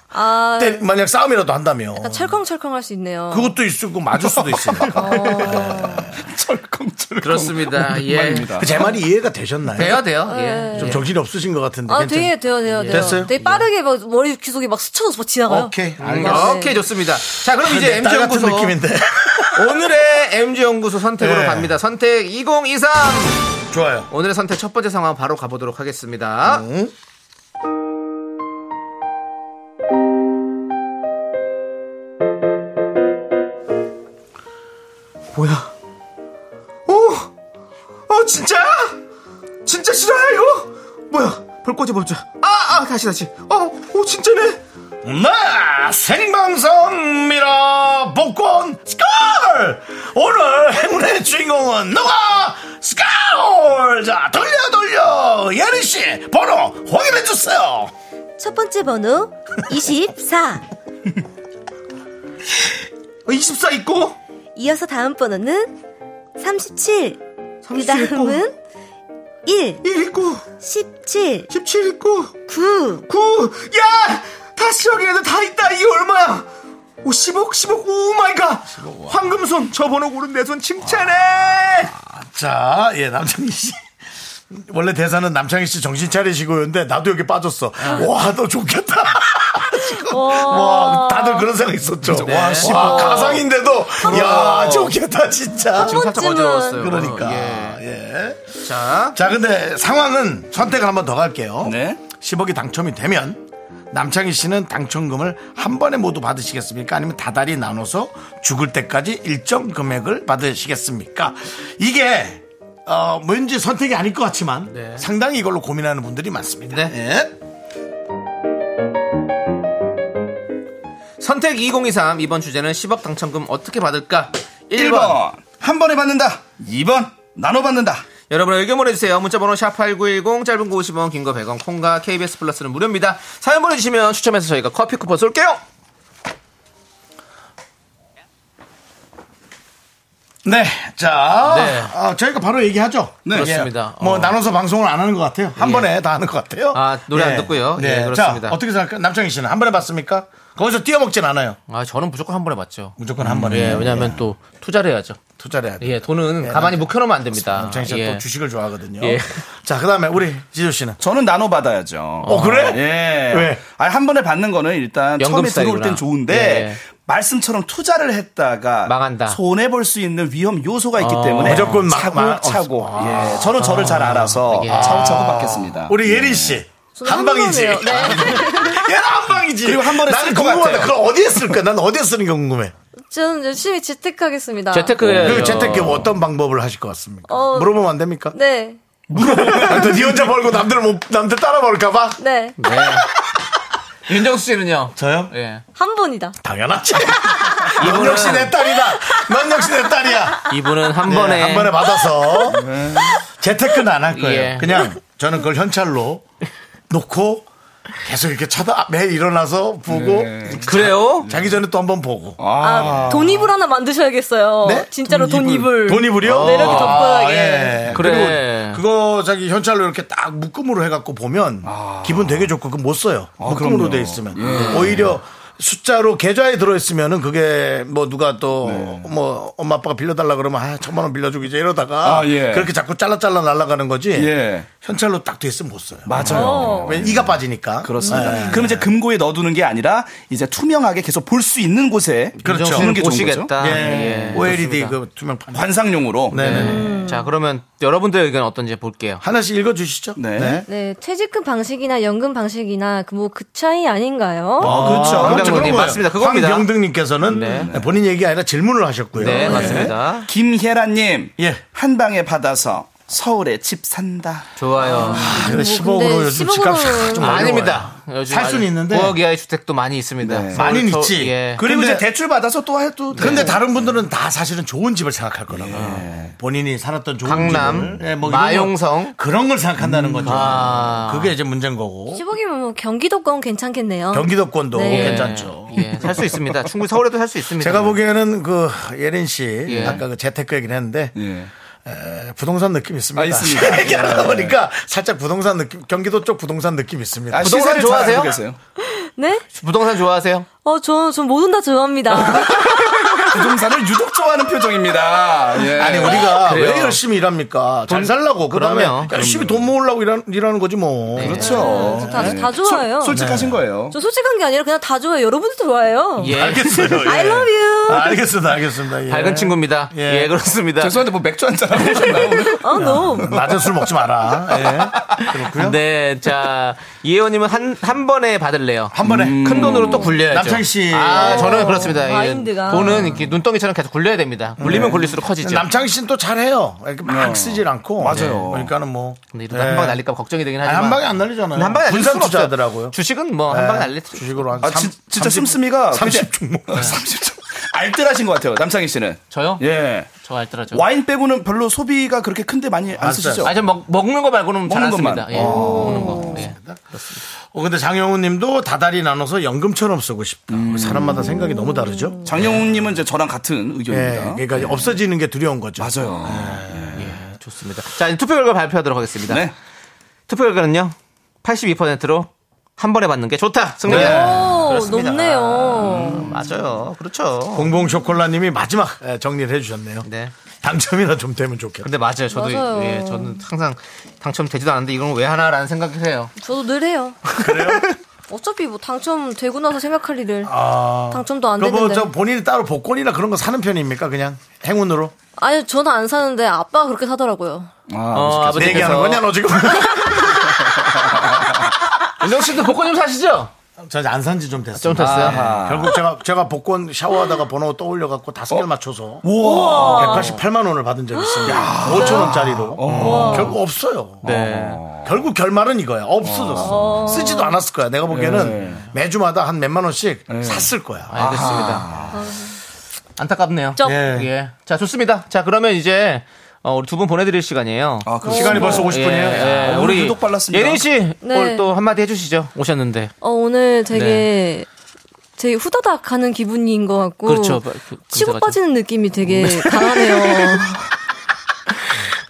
아,
때- 만약 싸움이라도 한다면
약간 철컹철컹 할 수 있네요.
그것도 있고 맞을 수도 있으니까.
어.
철컹철컹.
그렇습니다. 예.
엉망입니다.
제 말이 이해가 되셨나요?
돼요, 돼요. 예.
네. 좀 정신이 없으신 것 같은데.
아,
괜찮-
되게, 돼요, 돼요, 돼요.
됐어요?
되게 빠르게 막 머리 귀속이 막 스쳐서 막 지나가요.
오케이.
음,
알겠습니다.
오케이, 좋습니다. 자, 그럼 이제
내
MG
딸 같은
연구소.
느낌인데.
오늘의 MG 연구소 선택으로
네.
갑니다. 선택 2023.
좋아요.
오늘의 선택 첫 번째 상황 바로 가보도록 하겠습니다. 뭐야? 어? 아, 어? 뭐야? 벌꽂이 멈춰. 아, 아, 다시, 다시. 어, 오, 진짜네.
네, 생방송 미라 복권 스컬! 오늘 행운의 주인공은 누가? 스컬! 자, 돌려, 돌려! 예리씨, 번호 확인해주세요!
어,
첫 번째 번호 24.
24 있고,
이어서 다음 번호는 37. 그 다음은 1,
1 있고,
17,
17 있고,
9.
9. 야! 다시 확인해도 다 있다. 이게 얼마야? 오, 10억, 10억. 오 마이 갓. 황금손. 저 번호 고른 내 손 칭찬해.
자, 예, 남창희 씨. 원래 대사는 남창희 씨 정신 차리시고였는데 나도 여기 빠졌어.
아.
와, 너 좋겠다. 지금 와, 다들 그런 생각 있었죠. 와, 씨, 와, 가상인데도 야, 좋겠다 진짜.
지금 살짝
번쯤은.
어지러웠어요.
그러니까.
예.
예.
자,
자, 근데 상황은 선택을 한번 더 갈게요.
네.
10억이 당첨이 되면 남창희 씨는 당첨금을 한 번에 모두 받으시겠습니까? 아니면 다달이 나눠서 죽을 때까지 일정 금액을 받으시겠습니까? 이게 어, 왠지 선택이 아닐 것 같지만
네.
상당히 이걸로 고민하는 분들이 많습니다. 예.
네. 선택 2023 이번 주제는 10억 당첨금 어떻게 받을까? 1번.
1번 한 번에 받는다 2번 나눠 받는다
여러분 의견 보내주세요. 문자번호 샵8910 짧은 거 50원 긴 거 100원 콩과 KBS 플러스는 무료입니다. 사연 보내주시면 추첨해서 저희가 커피 쿠폰 쏠게요.
네, 자,
네.
어, 저희가 바로 얘기하죠.
네.
그렇습니다.
예. 뭐
어.
나눠서 방송을 안 하는 것 같아요. 한
예.
번에 다 하는 것 같아요. 네.
아, 노래 안 듣고요. 예, 그렇습니다.
자, 어떻게 생각해요? 남창희 씨는 한 번에 봤습니까? 거기서 뛰어먹진 않아요.
아 저는 무조건 한 번에 맞죠.
무조건 한 번에.
예, 왜냐하면 또 투자를 해야죠.
투자를 해야 돼.
예, 돈은
네,
가만히 묵혀놓으면 안 됩니다.
남창희 씨가
예.
또 주식을 좋아하거든요.
예.
자, 그 다음에 우리 지조 씨는.
저는 나눠 받아야죠. 어
그래?
예.
왜?
아니 한 번에 받는 거는 일단
연금
처음에
스타일이구나.
들어올 땐 좋은데
예.
말씀처럼 투자를 했다가
망한다.
손해 볼 수 있는 위험 요소가 있기 때문에
어, 무조건 막- 어,
차고
막-
차고. 예. 저는 저를 잘 알아서
예.
차고 차고 받겠습니다.
우리 예린 씨. 한
한
방이지.
번이에요. 네.
얘는 한 방이지.
그리고 한 번에
나는
쓸것
궁금하다.
같아요.
그걸 어디에 쓸까? 난 어디에 쓰는 게 궁금해.
저는 열심히 재테크하겠습니다.
재테크 해야죠.
그 재택기 어떤 방법을 하실 것 같습니까?
어.
물어보면 안 됩니까? 아,
네,
너니 혼자 벌고 남들 못, 남들 따라 벌까봐?
네.
네. 윤정수 씨는요?
저요?
예.
한 번이다.
당연하지. 넌 역시 내 딸이다. 넌 역시 내 딸이야.
이분은 한
네,
번에 네.
한 번에 받아서 재테크는 안 할 거예요.
예.
그냥 저는 그걸 현찰로 놓고 계속 이렇게 쳐다 매일 일어나서 보고
네. 그래요?
자기 전에 또 한 번 보고
아, 돈이불 하나 만드셔야겠어요.
네?
진짜로 돈이불.
돈이불이요? 아, 예.
네, 이렇게 덧바닥에.
어.
그래.
그리고 그거 자기 현찰로 이렇게 딱 묶음으로 해갖고 보면 기분 되게 좋고 그거 못 써요. 묶음으로
아. 그럼요. 예.
돼 있으면 오히려 숫자로 계좌에 들어있으면은 그게 뭐 누가 또
네.
뭐 엄마 아빠가 빌려달라 그러면 아 천만 원 빌려주고 이제 이러다가
아, 예.
그렇게 자꾸 잘라 잘라 날아가는 거지
예.
현찰로 딱 돼 있으면 못 써요.
맞아요.
왜냐면 이가 빠지니까.
그렇습니다.
예.
그럼 이제 금고에 넣어두는 게 아니라 이제 투명하게 계속 볼 수 있는 곳에
그렇죠.
두는 게 좋은 거죠.
오시겠다.
예.
예,
OLED
좋습니다.
그
네.
투명판.
관상용으로.
네네.
자, 그러면 여러분들의 의견 어떤지 볼게요.
하나씩 읽어주시죠.
네.
네, 퇴직금 방식이나 연금 방식이나 그 뭐 그 차이 아닌가요?
아, 그렇죠.
황병근님,
그런 거예요.
맞습니다. 그겁니다.
황병등님께서는
네.
본인 얘기 아니라 질문을 하셨고요.
네, 맞습니다.
김혜라님,
예.
한 방에 받아서 서울에 집 산다.
좋아요.
아, 근데 10억으로
근데
요즘 집값이
10억 으로는
좀 어려워요.
아닙니다. 요즘
살 수는
아주
있는데.
5억 이하의 주택도 많이 있습니다.
네.
많이는
서울,
있지.
예.
그리고
근데-
이제 대출 받아서 또 해도 돼.
근데 다른 분들은 다 사실은 좋은 집을 생각할 거라고. 본인이 살았던 좋은
예. 강남,
집을. 예, 뭐 이런
마용성. 음,
거, 그런 걸 생각한다는 거죠.
아.
그게 이제 문제인 거고.
10억이면 뭐 경기도권 괜찮겠네요.
경기도권도
네.
괜찮죠.
예, 살 수 있습니다. 충분히 서울에도 살 수 있습니다.
제가 보기에는 그 예린 씨
네. 예.
아까 그 재테크 얘기를 했는데
예.
에, 부동산 느낌 있습니다.
아, 있습니다.
네.
얘기하다 보니까 살짝 부동산 느낌, 경기도 쪽 부동산 느낌 있습니다.
아,
부동산
시세를 잘
좋아하세요?
알고 계세요?
네?
부동산 좋아하세요?
어, 저, 전 모든 다 좋아합니다.
부동산을 유독 좋아하는 표정입니다. 예.
아니 우리가
그래요.
왜 열심히 일합니까? 잘
돈-
살라고 그다음에
그럼요. 네.
열심히 돈 모으려고 일하, 일하는 거지 뭐.
어,
그렇죠.
다, 네. 다 좋아해요.
네.
솔직하신 거예요.
저 솔직한 게 아니라 그냥 다 좋아해요. 여러분도 좋아해요.
예.
알겠어요. 예.
I love you.
아, 알겠습니다, 알겠습니다. 예.
밝은 친구입니다. 예, 그렇습니다.
죄송한데 뭐 맥주 한잔 하고
네.
오셨나요? 오늘?
아, 너무.
낮은 술 먹지 마라. 예. 그렇고요.
네, 자 이혜원님은 한 한 번에 받을래요. 음.
한 번에.
큰 돈으로 또 굴려야죠.
남창희 씨.
아, 저는 그렇습니다. 이게
어, 마인드가.
돈은 이렇게 눈덩이처럼 계속 굴려야 됩니다. 굴리면 굴릴수록 커지죠.
네.
어.
남창희 씨는 또 잘해요. 이렇게 막 쓰질 않고.
맞아요.
그러니까는 뭐.
근데 이러다 한 방에 날릴까 봐 걱정이 되긴
아니,
하지만.
한 방에 안 날리잖아요.
한 방에 날릴
분산
수는 없죠.
투자더라고요. 네.
주식은 뭐 한 방에 날릴 수.
주식으로 한
아,
삼-
지- 진짜
삼십-
씀씀이가
30 종목.
근데- 30 종목. 알뜰하신 것 같아요. 남창희 씨는.
저요?
예.
저 알더라죠.
와인 빼고는 별로 소비가 그렇게 큰데 많이 안
안
쓰시죠?
아, 저 먹, 먹는 거 말고는 잘 안
먹는
씁니다.
것만.
예. 먹는 거. 예.
어, 근데 장영훈 님도 다달이 나눠서 연금처럼 쓰고 싶다.
음.
사람마다 생각이 너무 다르죠?
장영웅님은 이제 저랑 같은
예.
의견입니다.
그러니까 없어지는 게 두려운 거죠.
맞아요.
좋습니다. 자, 이제 투표 결과 발표하도록 하겠습니다.
네.
투표 결과는요. 82%로 한 번에 받는 게 좋다. 승리.
오, 어,
음.
높네요.
맞아요. 그렇죠.
봉봉 쇼콜라 님이 마지막 예, 정리를 해 주셨네요.
네.
당첨이나 좀 되면 좋겠다.
근데 맞아요. 저도
맞아요.
예, 저는 항상 당첨되지도 않는데 이건 왜 하나라는 생각을 해요.
저도 늘 해요. 어차피 뭐 당첨되고 나서 생각할 일을.
아.
당첨도 안
그럼 뭐
되는데.
저 본인이 따로 복권이나 그런 거 사는 편입니까? 그냥 행운으로?
아니, 저는 안 사는데 아빠가 그렇게 사더라고요.
어,
내 얘기하는 거냐, 너 지금?
윤정 씨도 복권 좀 사시죠? 네.
저안 산지 좀 아. 됐어요.
좀 탔어요.
결국 제가 제가 복권 샤워하다가 번호 떠올려 갖고 다섯 개를 맞춰서 188만 원을 받은 적이 있습니다. 5천 원짜리로 음. 결국 어. 없어요.
네.
결국 결말은 이거야. 없어졌어. 네. 쓰지도 않았을 거야. 내가 보기에는 매주마다 한 몇만 원씩 샀을 거야.
알겠습니다. 안타깝네요.
쩝.
예.
예. 자, 좋습니다. 자, 그러면 이제 어, 우리 두 분 보내드릴 시간이에요.
아, 그
시간이 네, 벌써 50분이에요.
예, 예.
오늘
우리
구독 빨랐습니다.
예린 씨,
네.
오늘 또 한마디 해주시죠. 오셨는데.
어,
네.
오늘 되게 되게 후다닥 가는 기분인 것 같고.
그렇죠. 음. 그- 그-
치고
그래가지고.
빠지는 느낌이 되게 강하네요.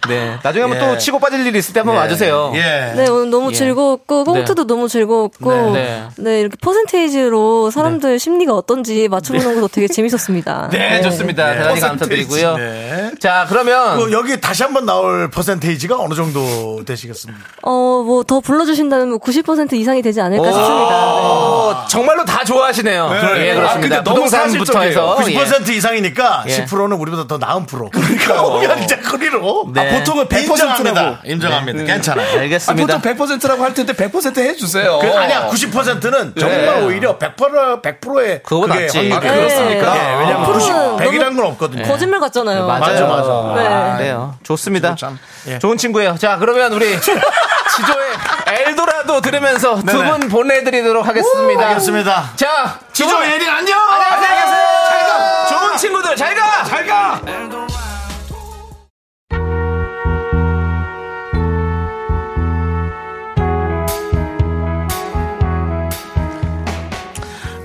네. 나중에 한번
예.
또 치고 빠질 일이 있을 때 한번 와주세요.
예.
네, 오늘 너무
예.
즐거웠고, 꽁트도 너무 즐거웠고,
네,
네,
네.
이렇게 퍼센테이지로 사람들 심리가 어떤지 맞춰보는 것도 되게 재밌었습니다.
네, 좋습니다. 대단히 감사드리고요.
네.
자, 그러면
그 여기 다시 한번 나올 퍼센테이지가 어느 정도 되시겠습니까?
어, 뭐, 더 불러주신다면 뭐 90% 이상이 되지 않을까 싶습니다.
오, 어, 정말로 다 좋아하시네요. 예, 그렇습니다.
아, 근데 너무
부동산부터 해서
그 90% 이상이니까
예.
10%는 우리보다 더 나은 프로. 그러니까 우리한테거리로
네. 뭐.
보통은 100%라고.
아, 인정합니다. 인정합니다.
예.
괜찮아요.
아,
알겠습니다.
보통 100%라고 할 텐데 100% 해주세요.
그,
어.
아니야 90%는 정말 오히려 100% 100%의
네. 그거 낫지. 아,
그렇습니까?
예, 왜냐면
아,
90,
프로는
100이란 건 없거든요.
네. 거짓말 같잖아요.
네. 맞아 맞아.
네.
그래요. 좋습니다.
참, 예.
좋은 친구예요. 자, 그러면 우리 지조의 엘도라도 들으면서 두
네네.
분 보내드리도록 하겠습니다.
알겠습니다.
자,
지조
예.
예린 안녕.
안녕히 계세요. 잘 가. 좋은 친구들 잘 가.
잘 가.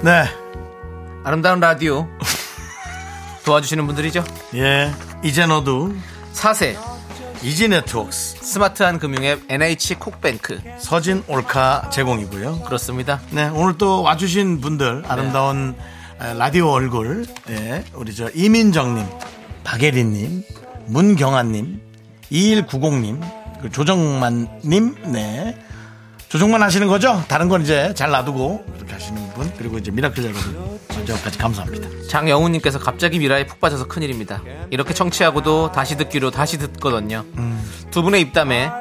네.
아름다운 라디오 도와주시는 분들이죠.
예. 이제 너도
사세
이지 네트웍스
스마트한 금융앱 NH 콕뱅크
서진 올카 제공이고요.
그렇습니다.
네, 오늘 또 와주신
네.
분들 아름다운 에, 라디오 얼굴, 예, 우리 저 이민정님, 박예린님, 문경아님, 2190님, 그 조정만님, 네. 조정만 하시는 거죠? 다른 건 이제 잘 놔두고 그렇게 하시는 분, 그리고 이제 미라클 여러분, 저까지 감사합니다.
장영훈님께서 갑자기 미라에 푹 빠져서 큰일입니다. 이렇게 청취하고도 다시 듣기로 다시 듣거든요. 두 분의 입담에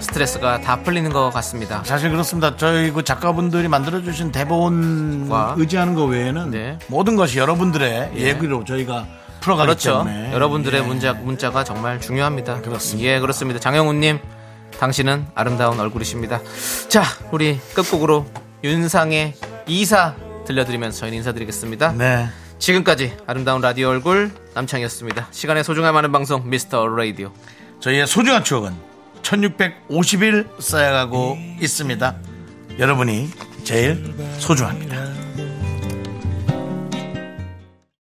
스트레스가 다 풀리는 것 같습니다.
사실 그렇습니다. 저희 그 작가분들이 만들어주신 대본
와.
의지하는 거 외에는
네. 예.
모든 것이 여러분들의 얘기로 저희가 풀어가기
그렇죠.
때문에
여러분들의
예.
문자, 문자가 정말 중요합니다.
그렇습니다.
예, 그렇습니다. 장영훈님, 당신은 아름다운 얼굴이십니다. 자, 우리 끝곡으로 윤상의 이사 들려드리면서 저희는 인사드리겠습니다.
네.
지금까지 아름다운 라디오 얼굴 남창이었습니다. 시간의 소중함 하는 방송 미스터 라디오.
저희의 소중한 추억은 1650일 쌓여가고 있습니다. 여러분이 제일 소중합니다.